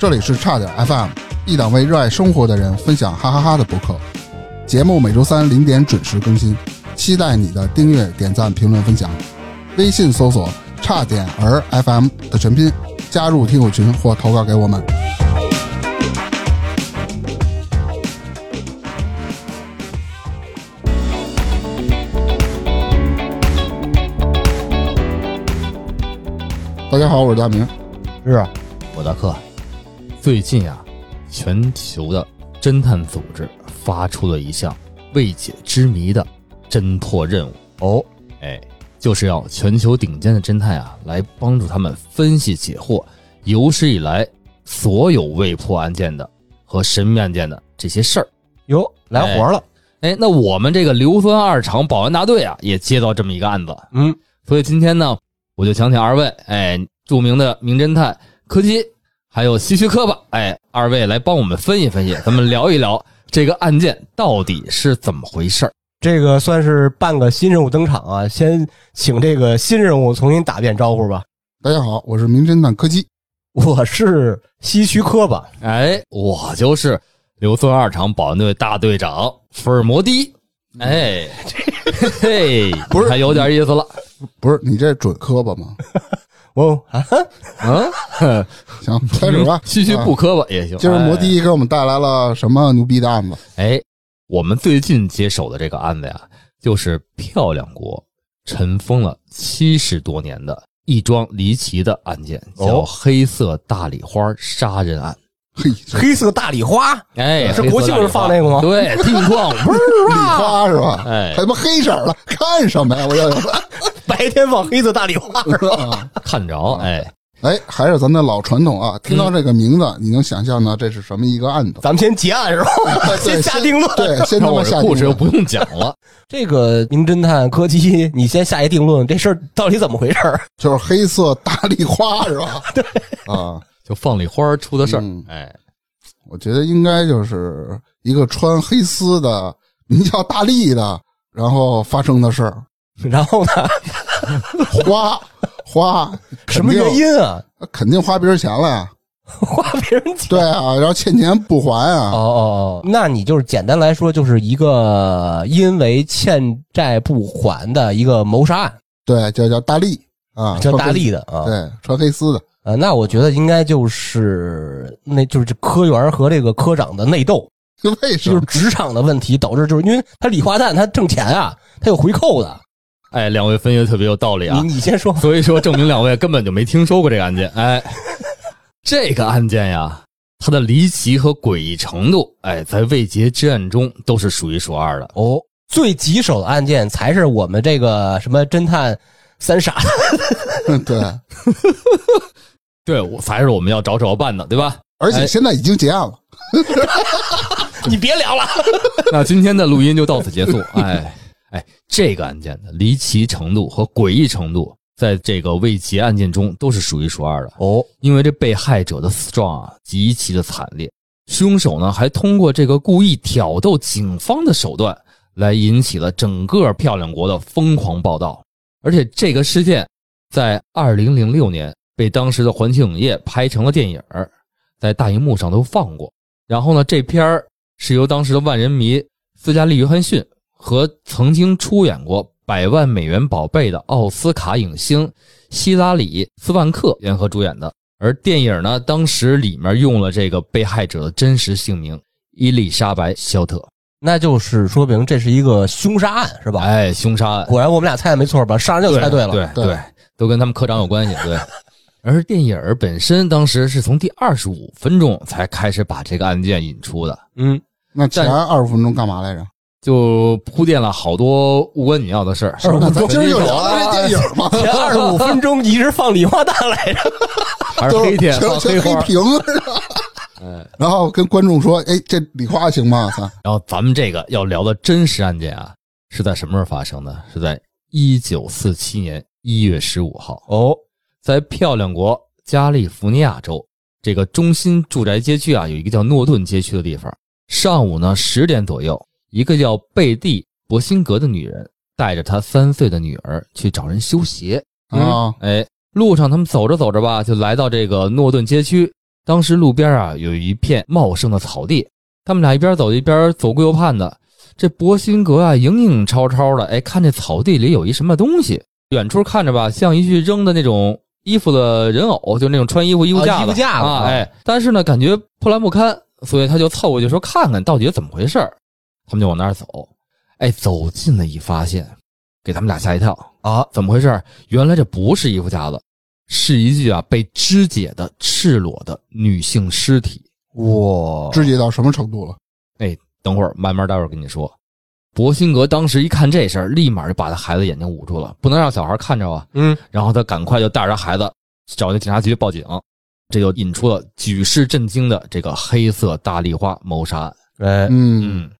这里是差点 FM，一档为热爱生活的人分享哈哈哈的博客。节目每周三零点准时更新，期待你的订阅、点赞、评论、分享。微信搜索“差点儿 FM” 的全拼，加入听友群或投稿给我们。大家好，我是大明。是啊，我的课最近啊，全球的侦探组织发出了一项未解之谜的侦破任务，哦，哎，就是要全球顶尖的侦探啊来帮助他们分析解惑有史以来所有未破案件的和神秘案件的这些事儿。哟，来活了，哎，那我们这个硫酸二厂保安大队啊，也接到这么一个案子，嗯，所以今天呢，我就想请二位，哎，著名的名侦探柯基，还有希区柯吧，哎，二位来帮我们分析分析，咱们聊一聊这个案件到底是怎么回事儿。这个算是半个新人物登场啊。先请这个新人物重新打遍招呼吧。大家好，我是名侦探柯基。我是西区科吧，哎，我就是硫酸二厂保安队大队长福尔摩迪，哎，这嘿，嗯 不是还有点意 思了，不是你这准磕巴 吗？我啊，嗯，。行，开始吧嗯希区不磕巴也行。今儿摩哎的给我们带来了什么牛逼的案子？哎，我们最近接手的这个案子呀，就是漂亮国尘封了七十多年的一桩离奇的案件，哦叫黑色大礼花杀人案。嘿，这黑色大礼花，哎，是黑色国庆时候放那个吗大 礼花对，听矿不是礼花是吧？哎还他妈黑色了， 看什么呀？我要有。白天放黑色大礼花， 看着，哎，哎，还是咱的老传统啊！听到这个名嗯字，你能想象呢这是什么一个案子？咱们先结案是吧？先下定论。对，先他 妈那我这下故事定就论不用讲了。这个名侦探柯基，你先下一定论，这事儿到底怎么回事儿？就是黑色大丽花是 吧？对啊，就放礼花出的事儿嗯，哎，我觉得应该就是一个穿黑丝的名叫大力的，然后发生的事儿。然后呢，花花 什么原？因啊？肯定肯定花别人钱了呀。 花别人钱。对啊，然后欠钱不还啊。哦哦，哦，那你就是简单来说，就是一个呃因为欠债不还的一个谋杀案，对，叫叫大力啊， 叫穿大黑力的啊。对，穿黑丝的，呃，那我觉得应该就是那就是这科员和这个科长的内斗，为什就是么？职场的问题导致，就是因为他理化蛋，他挣钱啊，他有回扣的。哎，两位分析得特别有道理啊。你你先说， 所以说，证明两位根本就没听说过这个案件。哎，这个案件呀，它的离奇和诡异程度，哎，在未捷之案中都是数一数二的。哦，最棘手的案件才是我们这个什么侦探三傻， 对，对，我才是我们要找找办的，对 吧？而且现在已经结案了。你别聊了。那今天的录音就到此结束。哎哎，这个案件的离奇程度和诡异程度，在这个未捷案件中都是数一数二的。哦，因为这被害者的死状啊极其的惨烈，凶手呢还通过这个故意挑逗警方的手段，来引起了整个漂亮国的疯狂报道。而且这个事件在二零零六年被当时的环球影业拍成了电影儿，在大荧幕上都放过。然后呢，这片儿是由当时的万人迷斯嘉丽·约翰逊和曾经出演过《百万美元宝贝》的奥斯卡影星希拉里·斯万克联合主演的。而电影呢，当时里面用了这个被害者的真实姓名伊丽莎白·肖特， 那就是说明这是一个凶杀案是吧？哎，凶杀案，果然我们俩猜的没错吧？杀人就猜了。对对对，都跟他们科长有关系，对。而电影儿本身当时是从第二十五分钟才开始把这个案件引出的，嗯，那前但二十分钟干嘛来着？就铺垫了好多无关紧要的事儿。二十五咱分今儿钟就聊这电影嘛， 前二十五分钟一直放礼花弹来着。 还是就是黑哎天全放全花黑儿，屏， 然后跟观众说：“哎，这礼花行吗？”咱然后咱们这个要聊的真实案件啊，是在什么时候发生的？是在一九四七年一月十五号，哦，在漂亮国加利福尼亚州这个中心住宅街区啊，有一个叫诺顿街区的地方。上午呢十点左右，一个叫贝蒂·伯辛格的女人带着她三岁的女儿去找人修鞋。嗯嗯啊，哎，路上他们走着走着吧，就来到这个诺顿街区。当时路边啊有一片茂盛的草地，他们俩一边走一边左顾右盼的。这博辛格啊，影影绰绰的，哎，看这草地里有一什么东西，远处看着吧，像一具扔的那种衣服的人偶，就那种穿衣服衣服架子，啊衣服架子啊啊哎，但是呢，感觉破烂不堪，所以他就凑过去说看看到底怎么回事儿。他们就往那儿走，哎，走近了一发现，给他们俩吓一跳啊！怎么回事儿？原来这不是衣服架子，是一具啊被肢解的赤裸的女性尸体。哇，肢解到什么程度了？等会儿慢慢待会儿跟你说。博辛格当时一看这事儿，立马就把他孩子眼睛捂住了，不能让小孩看着啊。嗯，然后他赶快就带着孩子找那警察局报警，这就引出了举世震惊的这个黑色大丽花谋杀案。哎，嗯，嗯，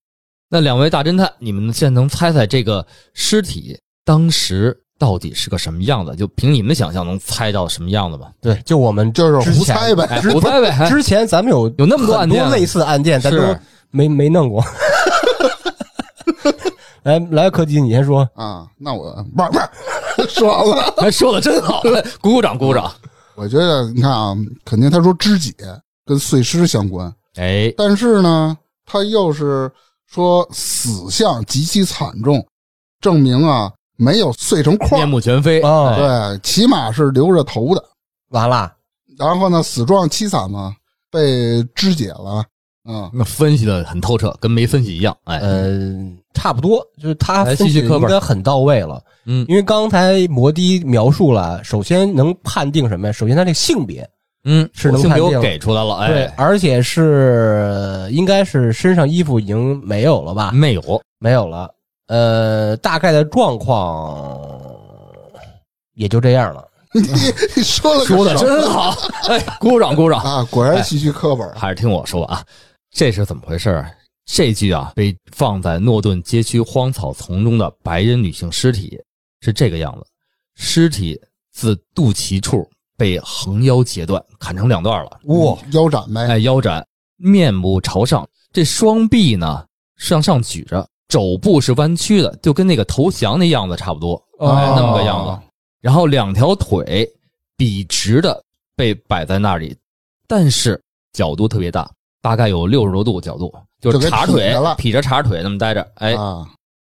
那两位大侦探，你们现在能猜猜这个尸体当时到底是个什么样子？就凭你们的想象，能猜到什么样 子吗？对，就我们就是之胡前猜呗，哎，直我猜呗，之前咱们有有那么多案件啊很类似的案件，咱都是没没弄过。 来来，柯基，你先说。啊，那我不是不是说完了。 哎说的真好，来鼓鼓掌，鼓鼓掌。我觉得你看啊，肯定他说肢解跟碎尸相关， 哎，但是呢，他又是说死相极其惨重，证明啊没有碎成块面儿，目全非哦哎对，起码是留着头的。完了，然后呢，死状凄惨嘛，被肢解了，嗯， 那分析的很透彻，跟没分析一样。哎，呃，差不多，就是他来分继续析课应本该很到位了。嗯因为刚才摩的描述了，首先能判定什么呀？首先他这个性别，嗯，是能性判给我定给出来了，对，哎，而且是应该是身上衣服已经没有了吧？没有，没有了，呃，大概的状况也就这样了。你你说了个说的什么 真好，哎，鼓鼓掌，鼓鼓掌。啊，果然戏剧课本还是听我说啊，这是怎么回事儿？这具啊被放在诺顿街区荒草丛中的白人女性尸体是这个样子：尸体自肚脐处被横腰截断，砍成两段了，哇、腰斩呗，哎，腰斩，面部朝上，这双臂呢向上举着，肘部是弯曲的，就跟那个投降那样子差不多，啊哦哎，那么个样子。然后两条腿笔直的被摆在那里，但是角度特别大，大概有六十多度角度，就就给是叉劈腿着了劈着叉腿那么待着。哎，啊，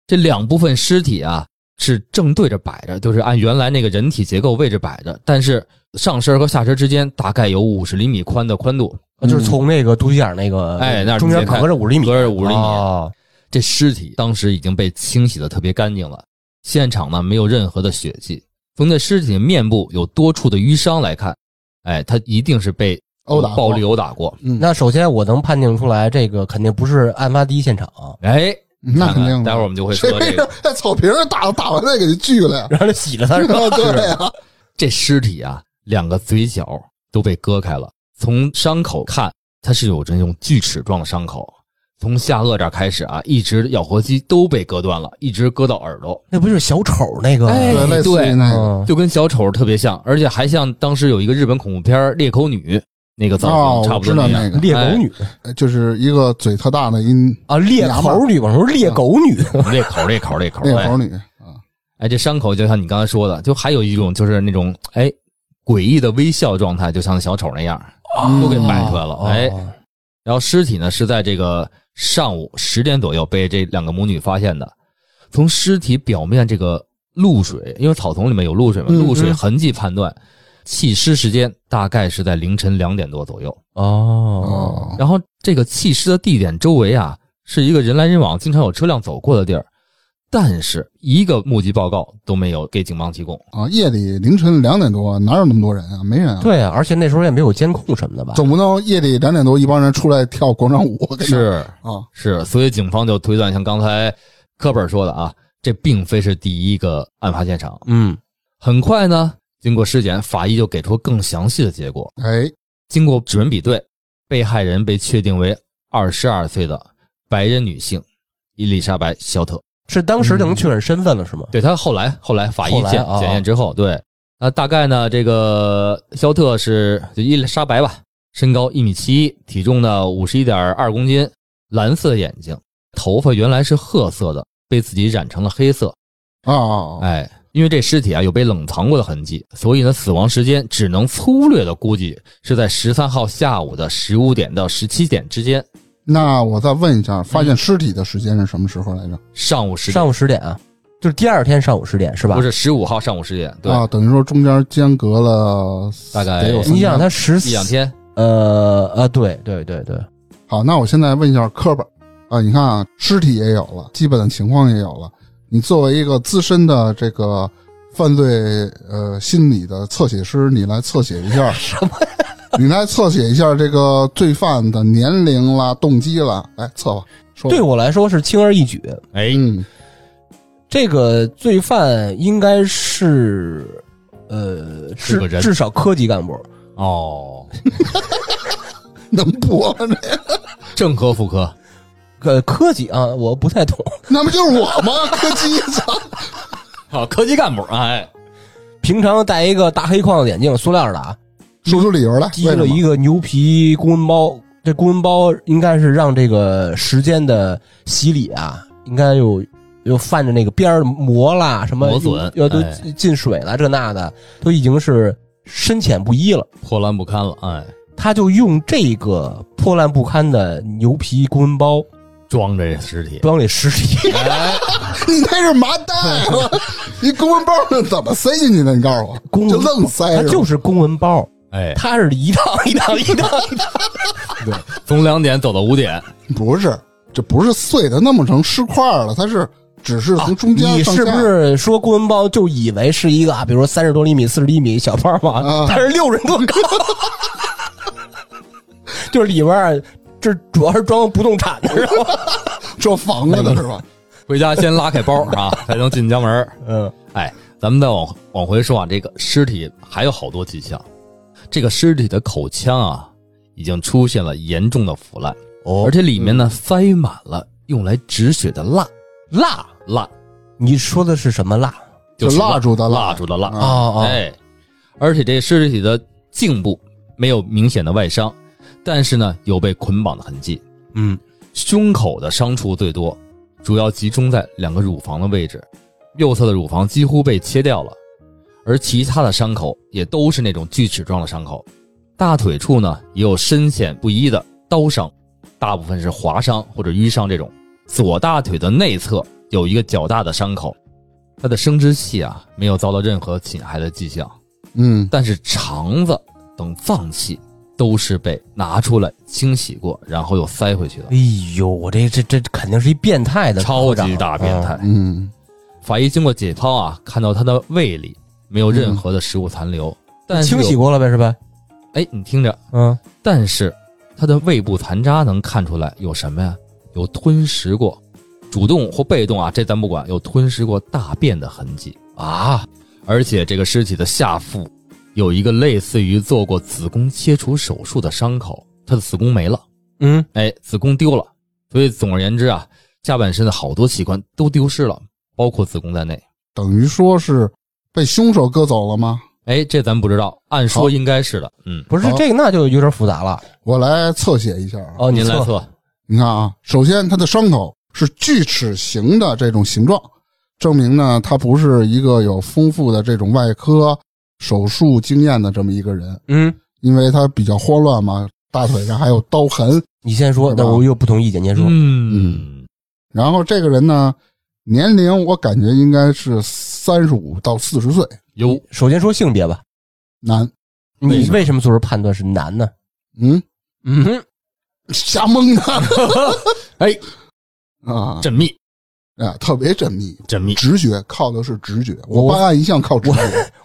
这两部分尸体啊是正对着摆着，就是按原来那个人体结构位置摆着，但是上身和下身之间大概有五十厘米宽的宽度。就是从那个独角眼那个，嗯哎那儿中你间看隔着五厘米，隔着50厘米嗯哦这尸体当时已经被清洗的特别干净了，现场呢没有任何的血迹。从这尸体面部有多处的淤伤来看，哎，他一定是被殴打过暴力殴打过。嗯，那首先我能判定出来，这个肯定不是案发第一现场。哎，嗯那看肯看定的，待会儿我们就会谁说这 个在哎草坪上打打完再给他锯了 呀，然后就洗了他是吧？哦对啊呀，这尸体啊，两个嘴角都被割开了，从伤口看，它是有这种锯齿状的伤口，从下颚这儿开始啊，一直咬合肌都被割断了，一直割到耳朵。那不就是小丑那个？哎对，类似于那个。嗯，就跟小丑特别像，而且还像当时有一个日本恐怖片儿《裂口女》那个哦造型，差我不知多道样。那个猎狗女哎呃就是一个嘴特大的一啊，猎口女，我说嗯猎狗女，啊裂口，裂口，裂口，那哎猴女啊，哎，这伤口就像你刚才说的，就还有一种就是那种哎诡异的微笑状态，就像小丑那样，啊都给嗯摆出来了。哎，哦然后尸体呢是在这个上午十点左右被这两个母女发现的。从尸体表面这个露水，因为草丛里面有露水嘛，嗯露水嗯痕迹判断，弃尸时间大概是在凌晨两点多左右。哦，哦，然后这个弃尸的地点周围啊，是一个人来人往、经常有车辆走过的地儿，但是一个目击报告都没有给警方提供。啊，夜里凌晨两点多，哪有那么多人啊？没人啊，对啊，而且那时候也没有监控什么的吧？总不能夜里两点多一帮人出来跳广场舞跟那儿是啊，是，所以警方就推断，像刚才科本说的啊，这并非是第一个案发现场。嗯，很快呢，经过尸检，法医就给出更详细的结果。哎，经过指纹比对，被害人被确定为二十二岁的白人女性伊丽莎白·肖特。是当嗯时就能确认身份了是吗？对他后来后来法医后来检啊检验之后，对，那大概呢，这个肖特是就伊丽莎白吧，身高一米七一，体重呢五十一点二公斤，蓝色眼睛，头发原来是褐色的，被自己染成了黑色，哦，哎，因为这尸体啊有被冷藏过的痕迹，所以呢，死亡时间只能粗略的估计是在十三号下午的十五点到十七点之间，那我再问一下，发现尸体的时间是什么时候来着？上午十点上午十点啊，就是第二天上午十点是吧？哦不是十五号上午十点，对，啊，等于说中间间隔了大概得有三你想天他十嗯一两天，呃呃，对对对对，好，那我现在问一下科本啊，你看啊，尸体也有了，基本的情况也有了。你作为一个资深的这个犯罪呃心理的侧写师，你来侧写一下什么？你来侧写一下这个罪犯的年龄啦、动机啦，来策划说吧。对我来说是轻而易举。哎，嗯，这个罪犯应该是，呃，是个至人至少科级干部，哦，能播吗？这正科副科，呃，科级啊，我不太懂。 那不就是我吗？柯基，操！好，科级干部，哎，平常戴一个大黑框子眼镜，塑料的啊，说出理由来，提为什了么一？个牛皮公文包。这公文包应该是让这个时间的洗礼啊，应该有有泛着那个边儿磨啦，什么磨损要都哎进进水了，这那的都已经是深浅不一了。破烂不堪了，哎，他就用这个破烂不堪的牛皮公文包装这尸体，装里尸体，啊你那是麻袋，你公文包是怎么塞进去的？你告诉我，公就文包愣塞他是吧就是公文包，哎，他是一趟一趟一趟， 从两点走到五点，不是，这不是碎的那么成尸块了，它是只是从中间你上是下。不是说公文包就以为是一个啊，比如说三十多厘米、四十厘米小包嘛啊？它是六人多高， 就是里边儿这主要是装不动产的，是吧？ 这房子的是吧？回家先拉开包 啊，才能进家门儿。嗯，哎，咱们再往往回说啊，这个尸体还有好多迹象。这个尸体的口腔啊，已经出现了严重的腐烂，而且里面呢、塞满了用来止血的蜡，蜡蜡你说的是什么蜡？就就是蜡烛的蜡蜡烛的蜡。啊哦哦，哎，而且这尸体的颈部没有明显的外伤，但是呢有被捆绑的痕迹，嗯，胸口的伤处最多，主要集中在两个乳房的位置，右侧的乳房几乎被切掉了，而其他的伤口也都是那种锯齿状的伤口。大腿处呢也有深浅不一的刀伤，大部分是划伤或者淤伤这种。左大腿的内侧有一个较大的伤口，它的生殖器啊没有遭到任何侵害的迹象，嗯，但是肠子等脏器都是被拿出来清洗过，然后又塞回去的。哎呦，我这这这肯定是一变态的啊超科长级大变态。嗯法医经过解剖啊，看到他的胃里没有任何的食物残留，但是有清洗。过了呗，是吧？哎，你听着，嗯，但是他的胃部残渣能看出来有什么呀？有吞食过，主动或被动啊，这咱不管，有吞食过大便的痕迹啊。而且这个尸体的下腹有一个类似于做过子宫切除手术的伤口，他的子宫没了，嗯，哎，子宫丢了。所以总而言之啊，下半身的好多器官都丢失了，包括子宫在内。等于说是被凶手割走了吗？哎，这咱不知道，按说应该是的。嗯，不是好这个，那就有点复杂了。我来侧写一下啊。哦，你您来错测，你看啊，首先它的伤口是锯齿形的这种形状，证明呢他不是一个有丰富的这种外科手术经验的这么一个人，嗯，因为他比较慌乱嘛，大腿上还有刀痕，你先说，是吧那我有不同意见，先说。嗯，然后这个人呢，年龄我感觉应该是三十五到四十岁，有首先说性别吧，男。为你什么为什么做出判断是男呢？嗯，嗯，瞎蒙的。哎，啊，缜密，啊，特别缜密，缜密。直觉靠的是直觉。我我办案一向靠直觉。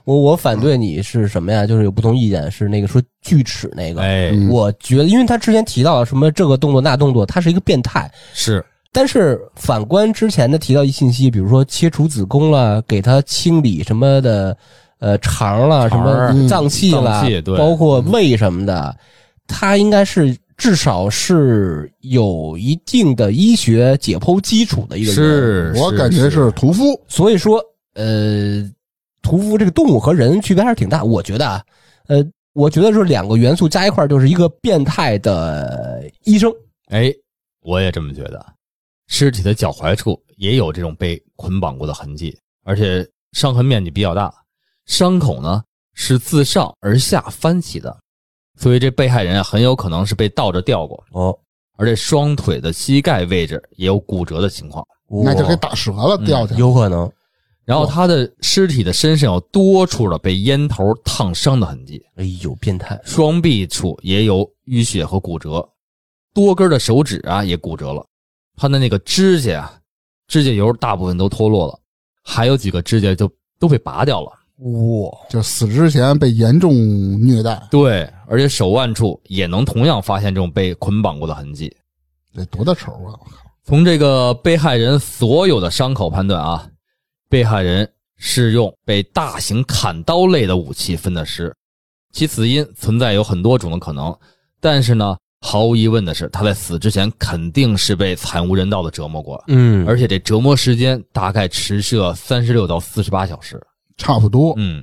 我我反对你是什么呀？就是有不同意见，是那个说锯齿那个。哎，嗯我觉得，因为他之前提到了什么这个动作那动作，他是一个变态。是但是反观之前的提到一信息，比如说切除子宫了，给他清理什么的，呃，肠了，什肠儿嗯么脏器了脏器，对包括胃什么的，他应该是至少是有一定的医学解剖基础的一个人。是，我感觉是屠夫。所以说，呃，屠夫这个动物和人区别还是挺大。我觉得啊，呃，我觉得说两个元素加一块儿就是一个变态的医生。哎，我也这么觉得。尸体的脚踝处也有这种被捆绑过的痕迹，而且伤痕面积比较大，伤口呢是自上而下翻起的，所以这被害人啊很有可能是被倒着吊过，哦，而这双腿的膝盖位置也有骨折的情况。那就给打折了，掉下去。嗯有可能然后他的尸体的身上有多处的被烟头烫伤的痕迹，哎呦，变态！双臂处也有淤血和骨折，多根的手指啊也骨折了，他的那个指甲啊，指甲油大部分都脱落了，还有几个指甲就都被拔掉了。哇，就死之前被严重虐待，对，而且手腕处也能同样发现这种被捆绑过的痕迹。得多大仇啊！从这个被害人所有的伤口判断啊，被害人是用被大型砍刀类的武器分的尸，其死因存在有很多种的可能，但是呢，毫无疑问的是，他在死之前肯定是被惨无人道的折磨过，嗯而且这折磨时间大概持续了三十六到四十八小时。差不多，嗯，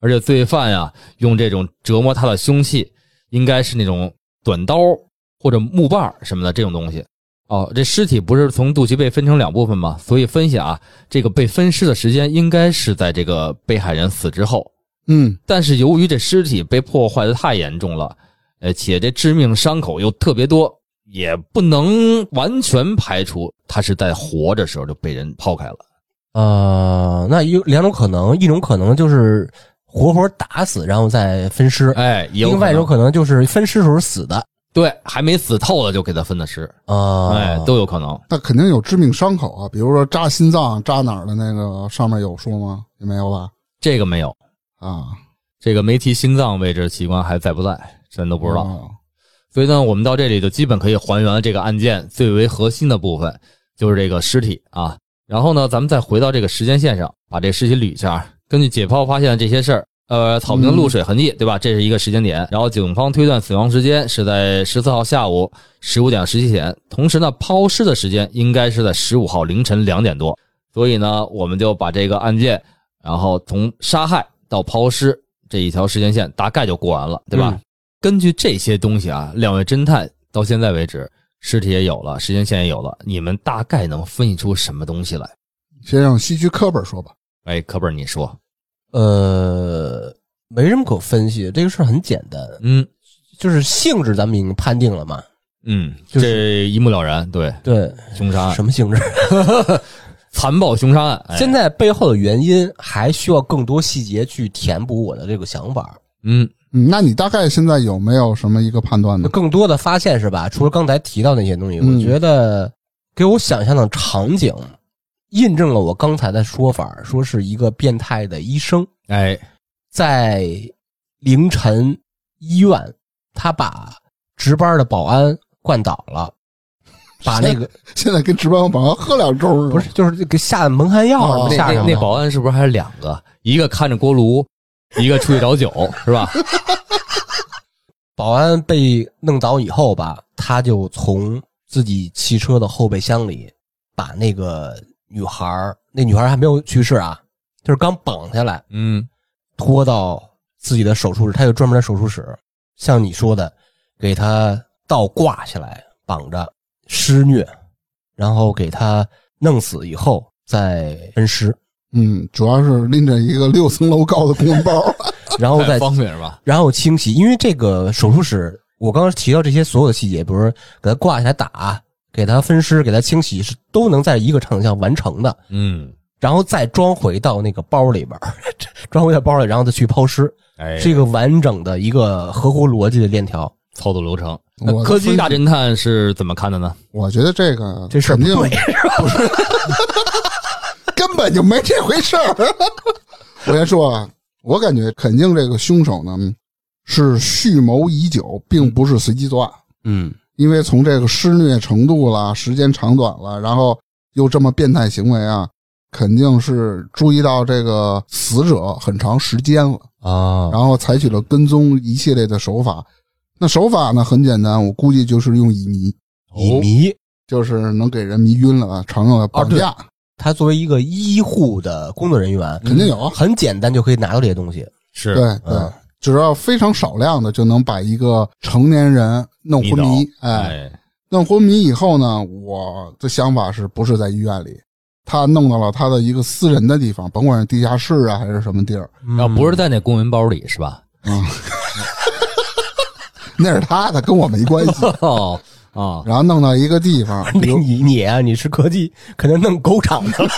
而且罪犯呀、用这种折磨他的凶器，应该是那种短刀或者木棒什么的这种东西。哦，这尸体不是从肚脐被分成两部分吗？所以分析啊，这个被分尸的时间应该是在这个被害人死之后。嗯，但是由于这尸体被破坏的太严重了，呃，且这致命伤口又特别多，也不能完全排除他是在活着时候就被人抛开了。呃，那有两种可能，一种可能就是活活打死，然后再分尸；哎，也有另外一种可能可能就是分尸时候死的。对还没死透了就给他分的尸。啊，哎，都有可能。那肯定有致命伤口啊，比如说扎心脏、扎哪儿的那个，上面有说吗？也没有吧？这个没有，啊，这个没提心脏位置的器官还在不在，真都不知道。啊所以呢，我们到这里就基本可以还原了这个案件最为核心的部分，就是这个尸体啊。然后呢，咱们再回到这个时间线上，把这尸体捋一下。根据解剖发现的这些事儿，呃，草坪露水痕迹，对吧？这是一个时间点。然后警方推断死亡时间是在十四号下午十五点十七点，同时呢，抛尸的时间应该是在十五号凌晨两点多。所以呢，我们就把这个案件，然后从杀害到抛尸这一条时间线大概就过完了，对吧？嗯根据这些东西啊，两位侦探到现在为止，尸体也有了，时间线也有了，你们大概能分析出什么东西来？先让西区科本说吧。哎，科本，你说，呃，没什么可分析，这个事儿很简单，嗯就是性质咱们已经判定了嘛。嗯，就是这一目了然，对，对，凶杀案，什么性质？残暴凶杀案，哎、现在背后的原因还需要更多细节去填补我的这个想法。嗯嗯，那你大概现在有没有什么一个判断那呢？更多的发现是吧？除了刚才提到那些东西，嗯我觉得给我想象的场景印证了我刚才的说法，说是一个变态的医生哎在凌晨医院，他把值班的保安灌倒了，把那个现在跟值班保安喝两盅吧不是就是给下蒙汗药什哦么那下那上那的。保安是不是还是两个？一个看着锅炉，一个出去找酒，是吧？保安被弄倒以后吧，他就从自己汽车的后备箱里把那个女孩儿，那女孩儿还没有去世啊，就是刚绑下来， 嗯拖到自己的手术室，他有专门的手术室，像你说的，给他倒挂起来，绑着施虐，然后给他弄死以后再分尸，嗯，主要是拎着一个六层楼高的公文 包，然后再太方便是吧？然后清洗，因为这个手术室，我刚刚提到这些所有的细节，比如说给它挂起来打，给它分尸，给它清洗，是都能在一个场景下完成的，嗯，然后再装回到那个包里边儿， 装回到包里，然后再去抛尸，哎，是一个完整的一个合乎逻辑的链条。操作流程。那我的科技分大侦探是怎么看的呢？我觉得这个这事儿肯不定 对，根本就没这回事儿。 我先说啊，我感觉肯定这个凶手呢是蓄谋已久，并不是随机作案。嗯因为从这个施虐程度啦、时间长短啦，然后又这么变态行为啊，肯定是注意到这个死者很长时间了，啊哦然后采取了跟踪一系列的手法。那手法呢很简单，我估计就是用乙醚，乙醚，就是能给人迷晕了啊，常用的绑架，他作为一个医护的工作人员，肯定有啊。很简单就可以拿到这些东西。是对对，嗯只要非常少量的就能把一个成年人弄昏迷哎迷，哎哎，弄昏迷以后呢，我的想法是不是在医院里，他弄到了他的一个私人的地方，甭管是地下室啊还是什么地儿，然然后不是在那公文包里是 吧？那是他的，跟我没关 系。哦啊，然后弄到一个地方， 你你你啊，你是科技，可能弄狗场去了。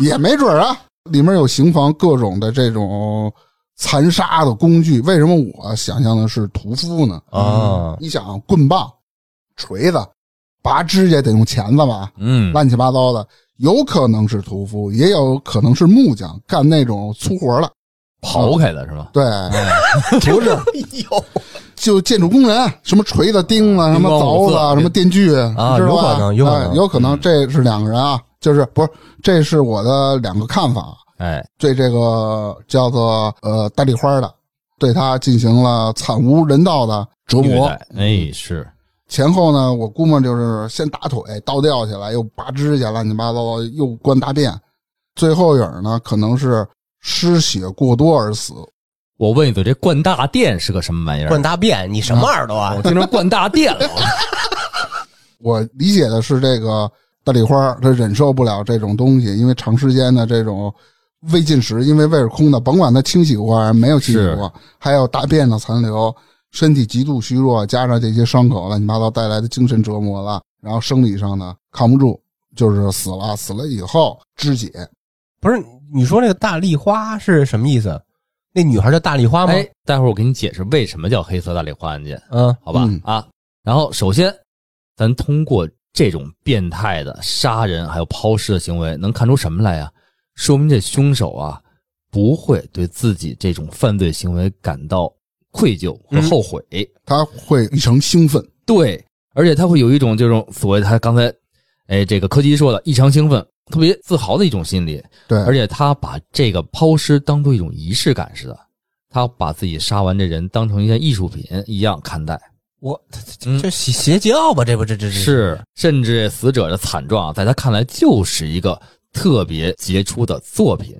也没准儿啊，里面有刑房各种的这种残杀的工具。为什么我想象的是屠夫呢？啊你想，棍棒、锤子、拔指甲得用钳子吧，嗯，乱七八糟的，有可能是屠夫，也有可能是木匠干那种粗活儿的。刨开的是吧？对，不是，有就建筑工人，什么锤子、钉啊子、什么凿子、什么电锯啊你知道吧有可能有可能嗯哎有可能这是两个人啊，就是不是？这是我的两个看法。啊哎，对这个叫做呃大丽花的，对他进行了惨无人道的折虐磨。待哎是，前后呢，我估摸就是先打腿，倒吊起来，又拔指甲，乱七八糟，又灌大便。最后影儿呢，可能是呃失血过多而死。我问一嘴，这灌大殿是个什么玩意儿？灌大便，你什么耳朵啊哦我？听成灌大殿了，我理解的是，这个大丽花她忍受不了这种东西，因为长时间的这种胃进食，因为胃是空的，甭管它清洗过还是没有清洗过，还有大便的残留，身体极度虚弱，加上这些伤口乱七八糟带来的精神折磨了，然后生理上呢扛不住，就是死了。死了以后肢解，不是，你说那个大丽花是什么意思？那女孩叫大丽花吗？ 哎，待会儿我给你解释为什么叫黑色大丽花案件，嗯，好吧？嗯啊，然后首先，咱通过这种变态的杀人还有抛尸的行为，能看出什么来呀、说明这凶手啊不会对自己这种犯罪行为感到愧疚和后悔，他会异常兴奋，对，而且他会有一种这种所谓他刚才，哎，这个柯基说的异常兴奋、特别自豪的一种心理，对，而且他把这个抛尸当做一种仪式感似的，他把自己杀完这人当成一件艺术品一样看待。我嗯这邪邪教吧，这不这这这，是，甚至死者的惨状啊，在他看来就是一个特别杰出的作品，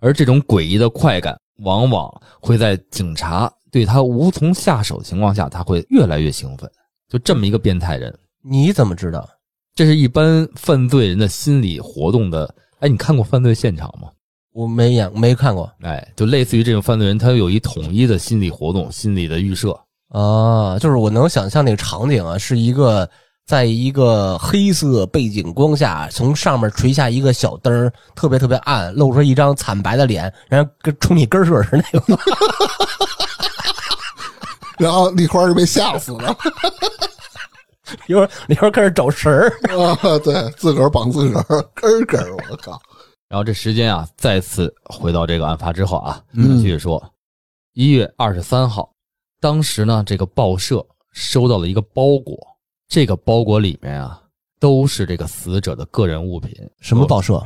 而这种诡异的快感，往往会在警察对他无从下手的情况下，他会越来越兴奋。就这么一个变态人，你怎么知道？这是一般犯罪人的心理活动的。哎，你看过犯罪现场吗？我没演没看过哎，就类似于这种犯罪人，他有一统一的心理活动、心理的预设。啊，就是我能想象那个场景啊，是一个在一个黑色背景光下，从上面垂下一个小灯儿，特别特别暗，露出一张惨白的脸，然后跟冲你根水似的那种。然后丽花就被吓死 了，一会儿一会儿开始找食儿，啊，对自个儿绑自个儿， 根儿根儿，我哎靠，然后这时间啊，再次回到这个案发之后啊，嗯继续说，一月二十三号，当时呢，这个报社收到了一个包裹，这个包裹里面啊，都是这个死者的个人物品，什么报社？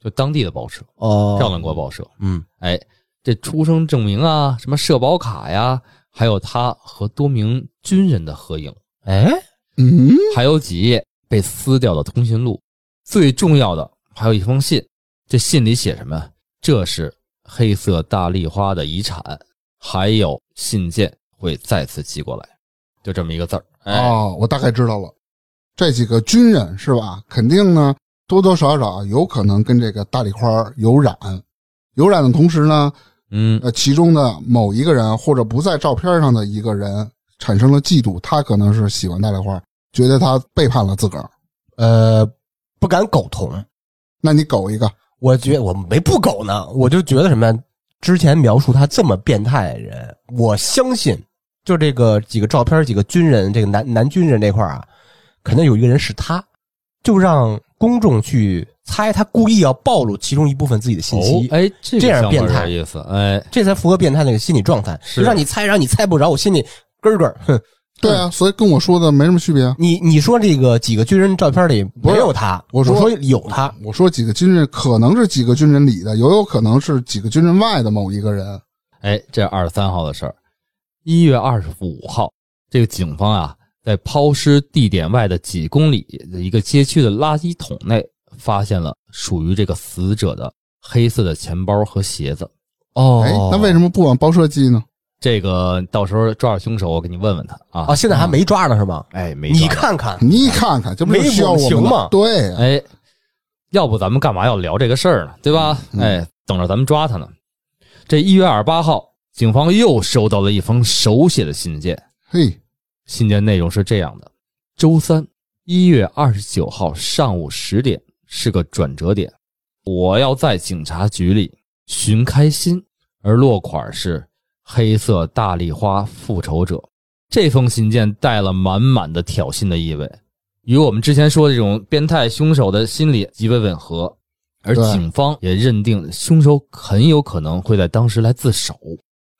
就当地的报社，哦，赵land国报社，嗯，哎，这出生证明啊，什么社保卡呀，还有他和多名军人的合影，哎，嗯，还有几页被撕掉的通讯录，最重要的还有一封信。这信里写什么呀？这是黑色大丽花的遗产，还有信件会再次寄过来，就这么一个字儿。哎，哦，我大概知道了，这几个军人是吧？肯定呢，多多少少有可能跟这个大丽花有染。有染的同时呢，嗯，呃，其中的某一个人或者不在照片上的一个人产生了嫉妒，他可能是喜欢大丽花，觉得他背叛了自个儿。呃，不敢苟同。那你苟一个，我觉我没不苟呢，我就觉得什么呀？之前描述他这么变态的人，我相信，就这个几个照片，几个军人，这个男男军人这块儿啊，肯定有一个人是他，就让公众去猜他故意要暴露其中一部分自己的信息，哦哎，这个这样想法变有态点意思。哎，这才符合变态那个心理状态，是就让你猜，让你猜不着，我心里咯咯。哼，对啊，嗯所以跟我说的没什么区别啊。你你说这个几个军人照片里没有他，不是我我说有他，我说几个军人，可能是几个军人里的，也有可能是几个军人外的某一个人。哎，这二十三号的事儿，一月二十五号，这个警方啊，在抛尸地点外的几公里的一个街区的垃圾桶内，发现了属于这个死者的黑色的钱包和鞋子。哦哎，那为什么不往报社寄呢？这个到时候抓着凶手，我给你问问他啊。啊？现在还没抓呢是吗？哎，没你抓着，看看，你看看，这不是没需要网我情们的吗对啊，哎，要不咱们干嘛要聊这个事儿呢？对吧？嗯哎，等着咱们抓他呢。这一月二十八号，警方又收到了一封手写的信件，嘿，信件内容是这样的：周三，一月二十九号上午十点是个转折点，我要在警察局里寻开心，而落款是“黑色大丽花复仇者”。这封信件带了满满的挑衅的意味，与我们之前说的这种变态凶手的心理极为吻合。而对警方也认定凶手很有可能会在当时来自首。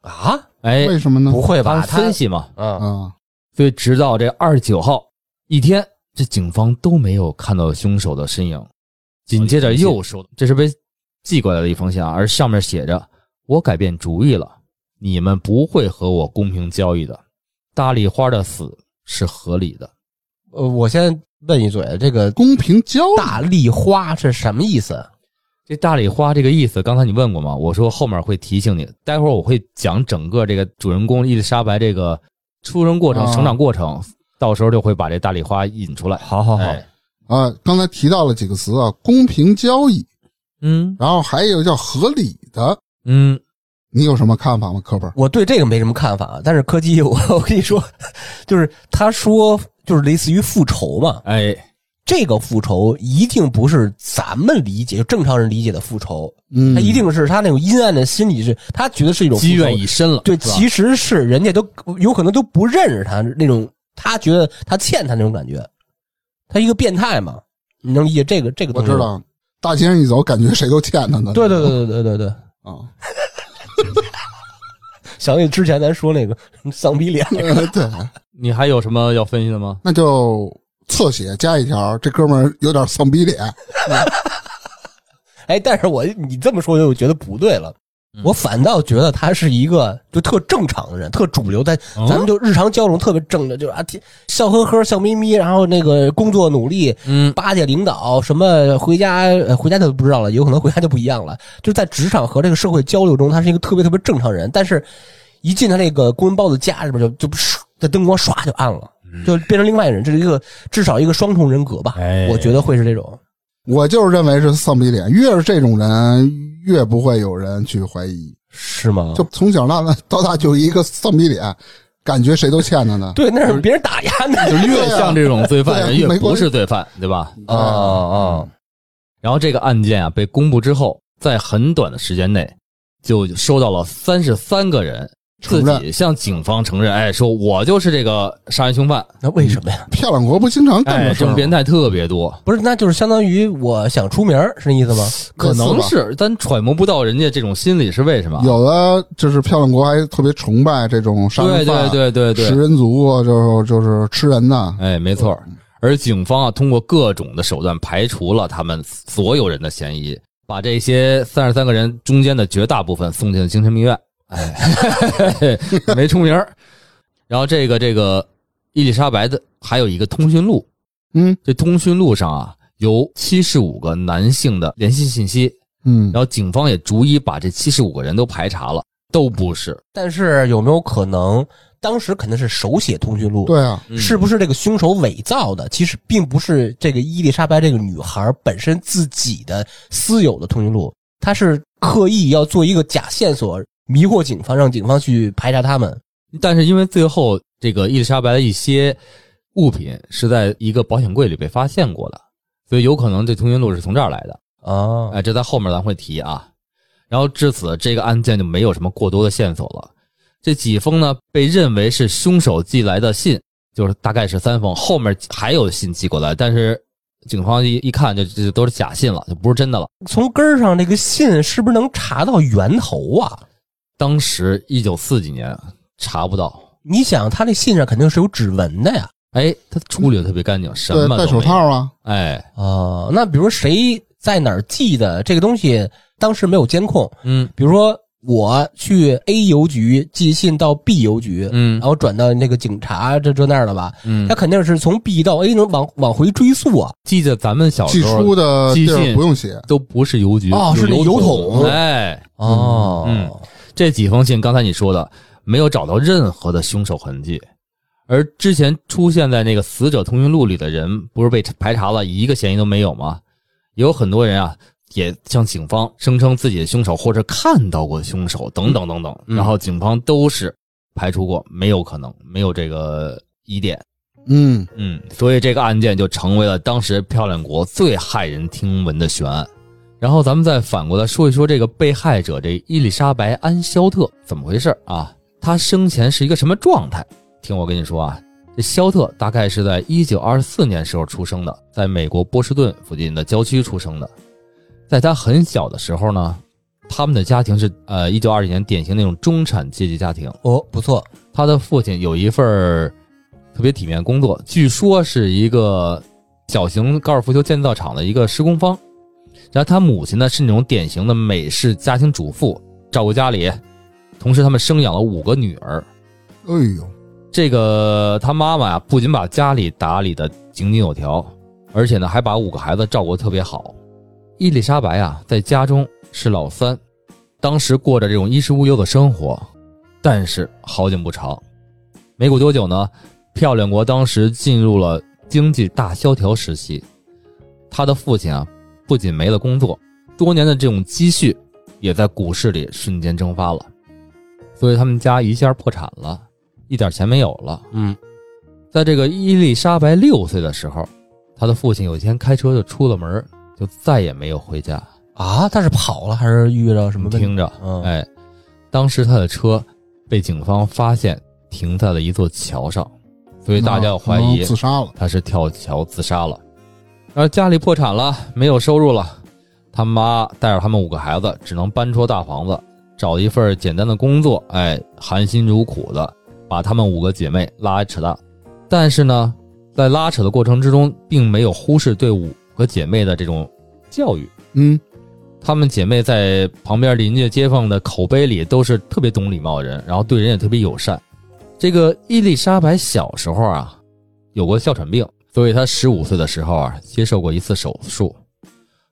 啊，哎，为什么呢不？会吧？他他分析嘛，啊，啊，所以直到这二十九号一天，这警方都没有看到凶手的身影。紧哦接着又收，这是被寄过来的一封信啊，而上面写着：“我改变主意了，你们不会和我公平交易的。大丽花的死是合理的。呃，我先问一嘴，这个公平交易大丽花是什么意思？”这大丽花这个意思，刚才你问过吗？我说后面会提醒你，待会儿我会讲整个这个主人公伊丽莎白这个出生过程、哦啊成长过程，到时候就会把这大丽花引出来。好好好，哎啊，刚才提到了几个词啊，公平交易，嗯然后还有叫合理的，嗯，你有什么看法吗？科本儿，我对这个没什么看法，啊但是柯基，我 我跟你说，就是他说就是类似于复仇嘛，哎，这个复仇一定不是咱们理解就正常人理解的复仇，嗯，他一定是他那种阴暗的心理是，他觉得是一种复仇积怨已深了。对，是吧其实是人家都有可能都不认识他那种，他觉得他欠他那种感觉，他一个变态嘛，你能理解这个这个我东西知吗。道，大街上一走，感觉谁都欠他呢。对对对对对对对，啊， 想起之前咱说那个 丧逼脸，呃对，你还有什么要分析的吗？那就侧写加一条，这哥们儿有点丧逼脸。哎，但是我你这么说，我觉得不对了。我反倒觉得他是一个就特正常的人，特主流，在嗯咱们就日常交流特别正的，就是啊，天笑呵呵、笑眯眯，然后那个工作努力，嗯，巴结领导，什么回家呃回家就不知道了，有可能回家就不一样了。就在职场和这个社会交流中，他是一个特别特别正常人，但是一进他那个公文包子家里边就就唰这灯光唰就暗了，就变成另外一个人，这是一个至少一个双重人格吧，哎我觉得会是这种。我就是认为是丧逼脸，越是这种人，越不会有人去怀疑。是哦吗就从小到大到大就一个丧逼脸，感觉谁都欠他呢。对，那是别人打压呢。就越像这种罪犯哎对啊人越没关不系是罪犯，对吧？嗯哦啊啊！然后这个案件啊被公布之后，在很短的时间内就收到了三十三个人自承认己向警方承认，哎，说我就是这个杀人凶犯， 那为什么呀？漂亮国不经常干哎，这这事儿种吗变态特别多，不是，那就是相当于我想出名儿，是那意思吗？可能类似吧是咱揣摩不到人家这种心理是为什么。有的就是漂亮国还特别崇拜这种杀对人对犯、对对对，食人族，就是就是吃人的。哎，没错儿。而警方啊，通过各种的手段排除了他们所有人的嫌疑，把这些三十三个人中间的绝大部分送进了精神病院。哎， 没出名儿。然后这个这个伊丽莎白的还有一个通讯录，嗯这通讯录上啊有七十五个男性的联系信息，嗯然，后警方也逐一把这七十五个人都排查了，都不是。但是有没有可能，当时肯定是手写通讯录，对啊，嗯嗯是不是这个凶手伪造的？其实并不是这个伊丽莎白这个女孩本身自己的私有的通讯录，她是刻意要做一个假线索，迷惑警方，让警方去排查他们。但是因为最后这个伊丽莎白的一些物品是在一个保险柜里被发现过的，所以有可能这通讯录是从这儿来的。啊哎，这在后面咱会提啊。然后至此，这个案件就没有什么过多的线索了。这几封呢，被认为是凶手寄来的信，就是大概是三封，后面还有信寄过来，但是警方一一看，这这都是假信了，就不是真的了。从根儿上，这个信是不是能查到源头啊？当时一九四几年查不到，你想，他那信上肯定是有指纹的呀。哎，他处理的特别干净，什对么，都戴手没有套，啊，哎，啊，那比如谁在哪儿寄的这个东西，当时没有监控。嗯比如说我去 A 邮局寄信到 B 邮局，嗯然后转到那个警察这这那儿了吧？嗯他，肯定是从 B 到 A 能往往回追溯啊。记得咱们小寄时出候的地儿不用写，都不是邮局哦是那邮邮筒哎，哦，嗯这几封信刚才你说的没有找到任何的凶手痕迹，而之前出现在那个死者通讯录里的人，不是被排查了一个嫌疑都没有吗？也有很多人啊，也向警方声称自己的凶手或者看到过凶手等等等等，嗯然后警方都是排除过，没有可能，没有这个疑点。嗯，嗯，所以这个案件就成为了当时漂亮国最骇人听闻的悬案。然后咱们再反过来说一说这个被害者这伊丽莎白·安肖特怎么回事啊？她生前是一个什么状态？听我跟你说啊，这肖特大概是在一九二四年时候出生的，在美国波士顿附近的郊区出生的。在他很小的时候呢，他们的家庭是呃一九二几年典型那种中产阶级家庭，哦，不错，他的父亲有一份儿特别体面工作，据说是一个小型高尔夫球建造厂的一个施工方。然后他母亲呢是那种典型的美式家庭主妇，照顾家里，同时他们生养了五个女儿。哎呦，这个他妈妈呀、不仅把家里打理的井井有条，而且呢，还把五个孩子照顾得特别好。伊丽莎白啊，在家中是老三，当时过着这种衣食无忧的生活。但是好景不长，没过多久呢，漂亮国当时进入了经济大萧条时期。他的父亲啊，不仅没了工作，多年的这种积蓄也在股市里瞬间蒸发了，所以他们家一下破产了。一点钱没有了。嗯，在这个伊丽莎白六岁的时候，她的父亲有一天开车就出了门，就再也没有回家。啊，他是跑了还是遇到什么问你题？听着，嗯哎，当时他的车被警方发现停在了一座桥上，所以大家那有怀可能疑自杀了。他是跳桥自杀了。然后家里破产了，没有收入了，他妈带着他们五个孩子，只能搬出大房子，找一份简单的工作，哎，含辛茹苦的把他们五个姐妹拉扯大。但是呢，在拉扯的过程之中，并没有忽视对五个姐妹的这种教育。嗯，她们姐妹在旁边邻居街坊的口碑里都是特别懂礼貌的人，然后对人也特别友善。这个伊丽莎白小时候啊，有过哮喘病，所以她十五岁的时候啊，接受过一次手术，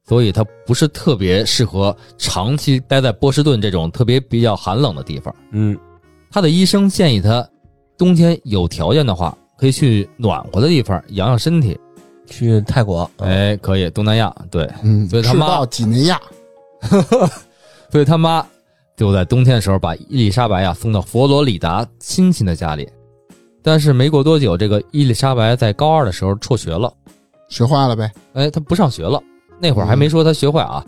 所以她不是特别适合长期待在波士顿这种特别比较寒冷的地方。嗯，她的医生建议她，冬天有条件的话，可以去暖和的地方养养身体。去泰国，嗯，哎，可以，东南亚，对，嗯，所以他赤妈道几内亚，所以他妈就在冬天的时候把伊丽莎白呀、啊送到佛罗里达亲戚的家里。但是没过多久，这个伊丽莎白在高二的时候辍学了，学坏了呗。哎，她不上学了。那会儿还没说她学坏啊，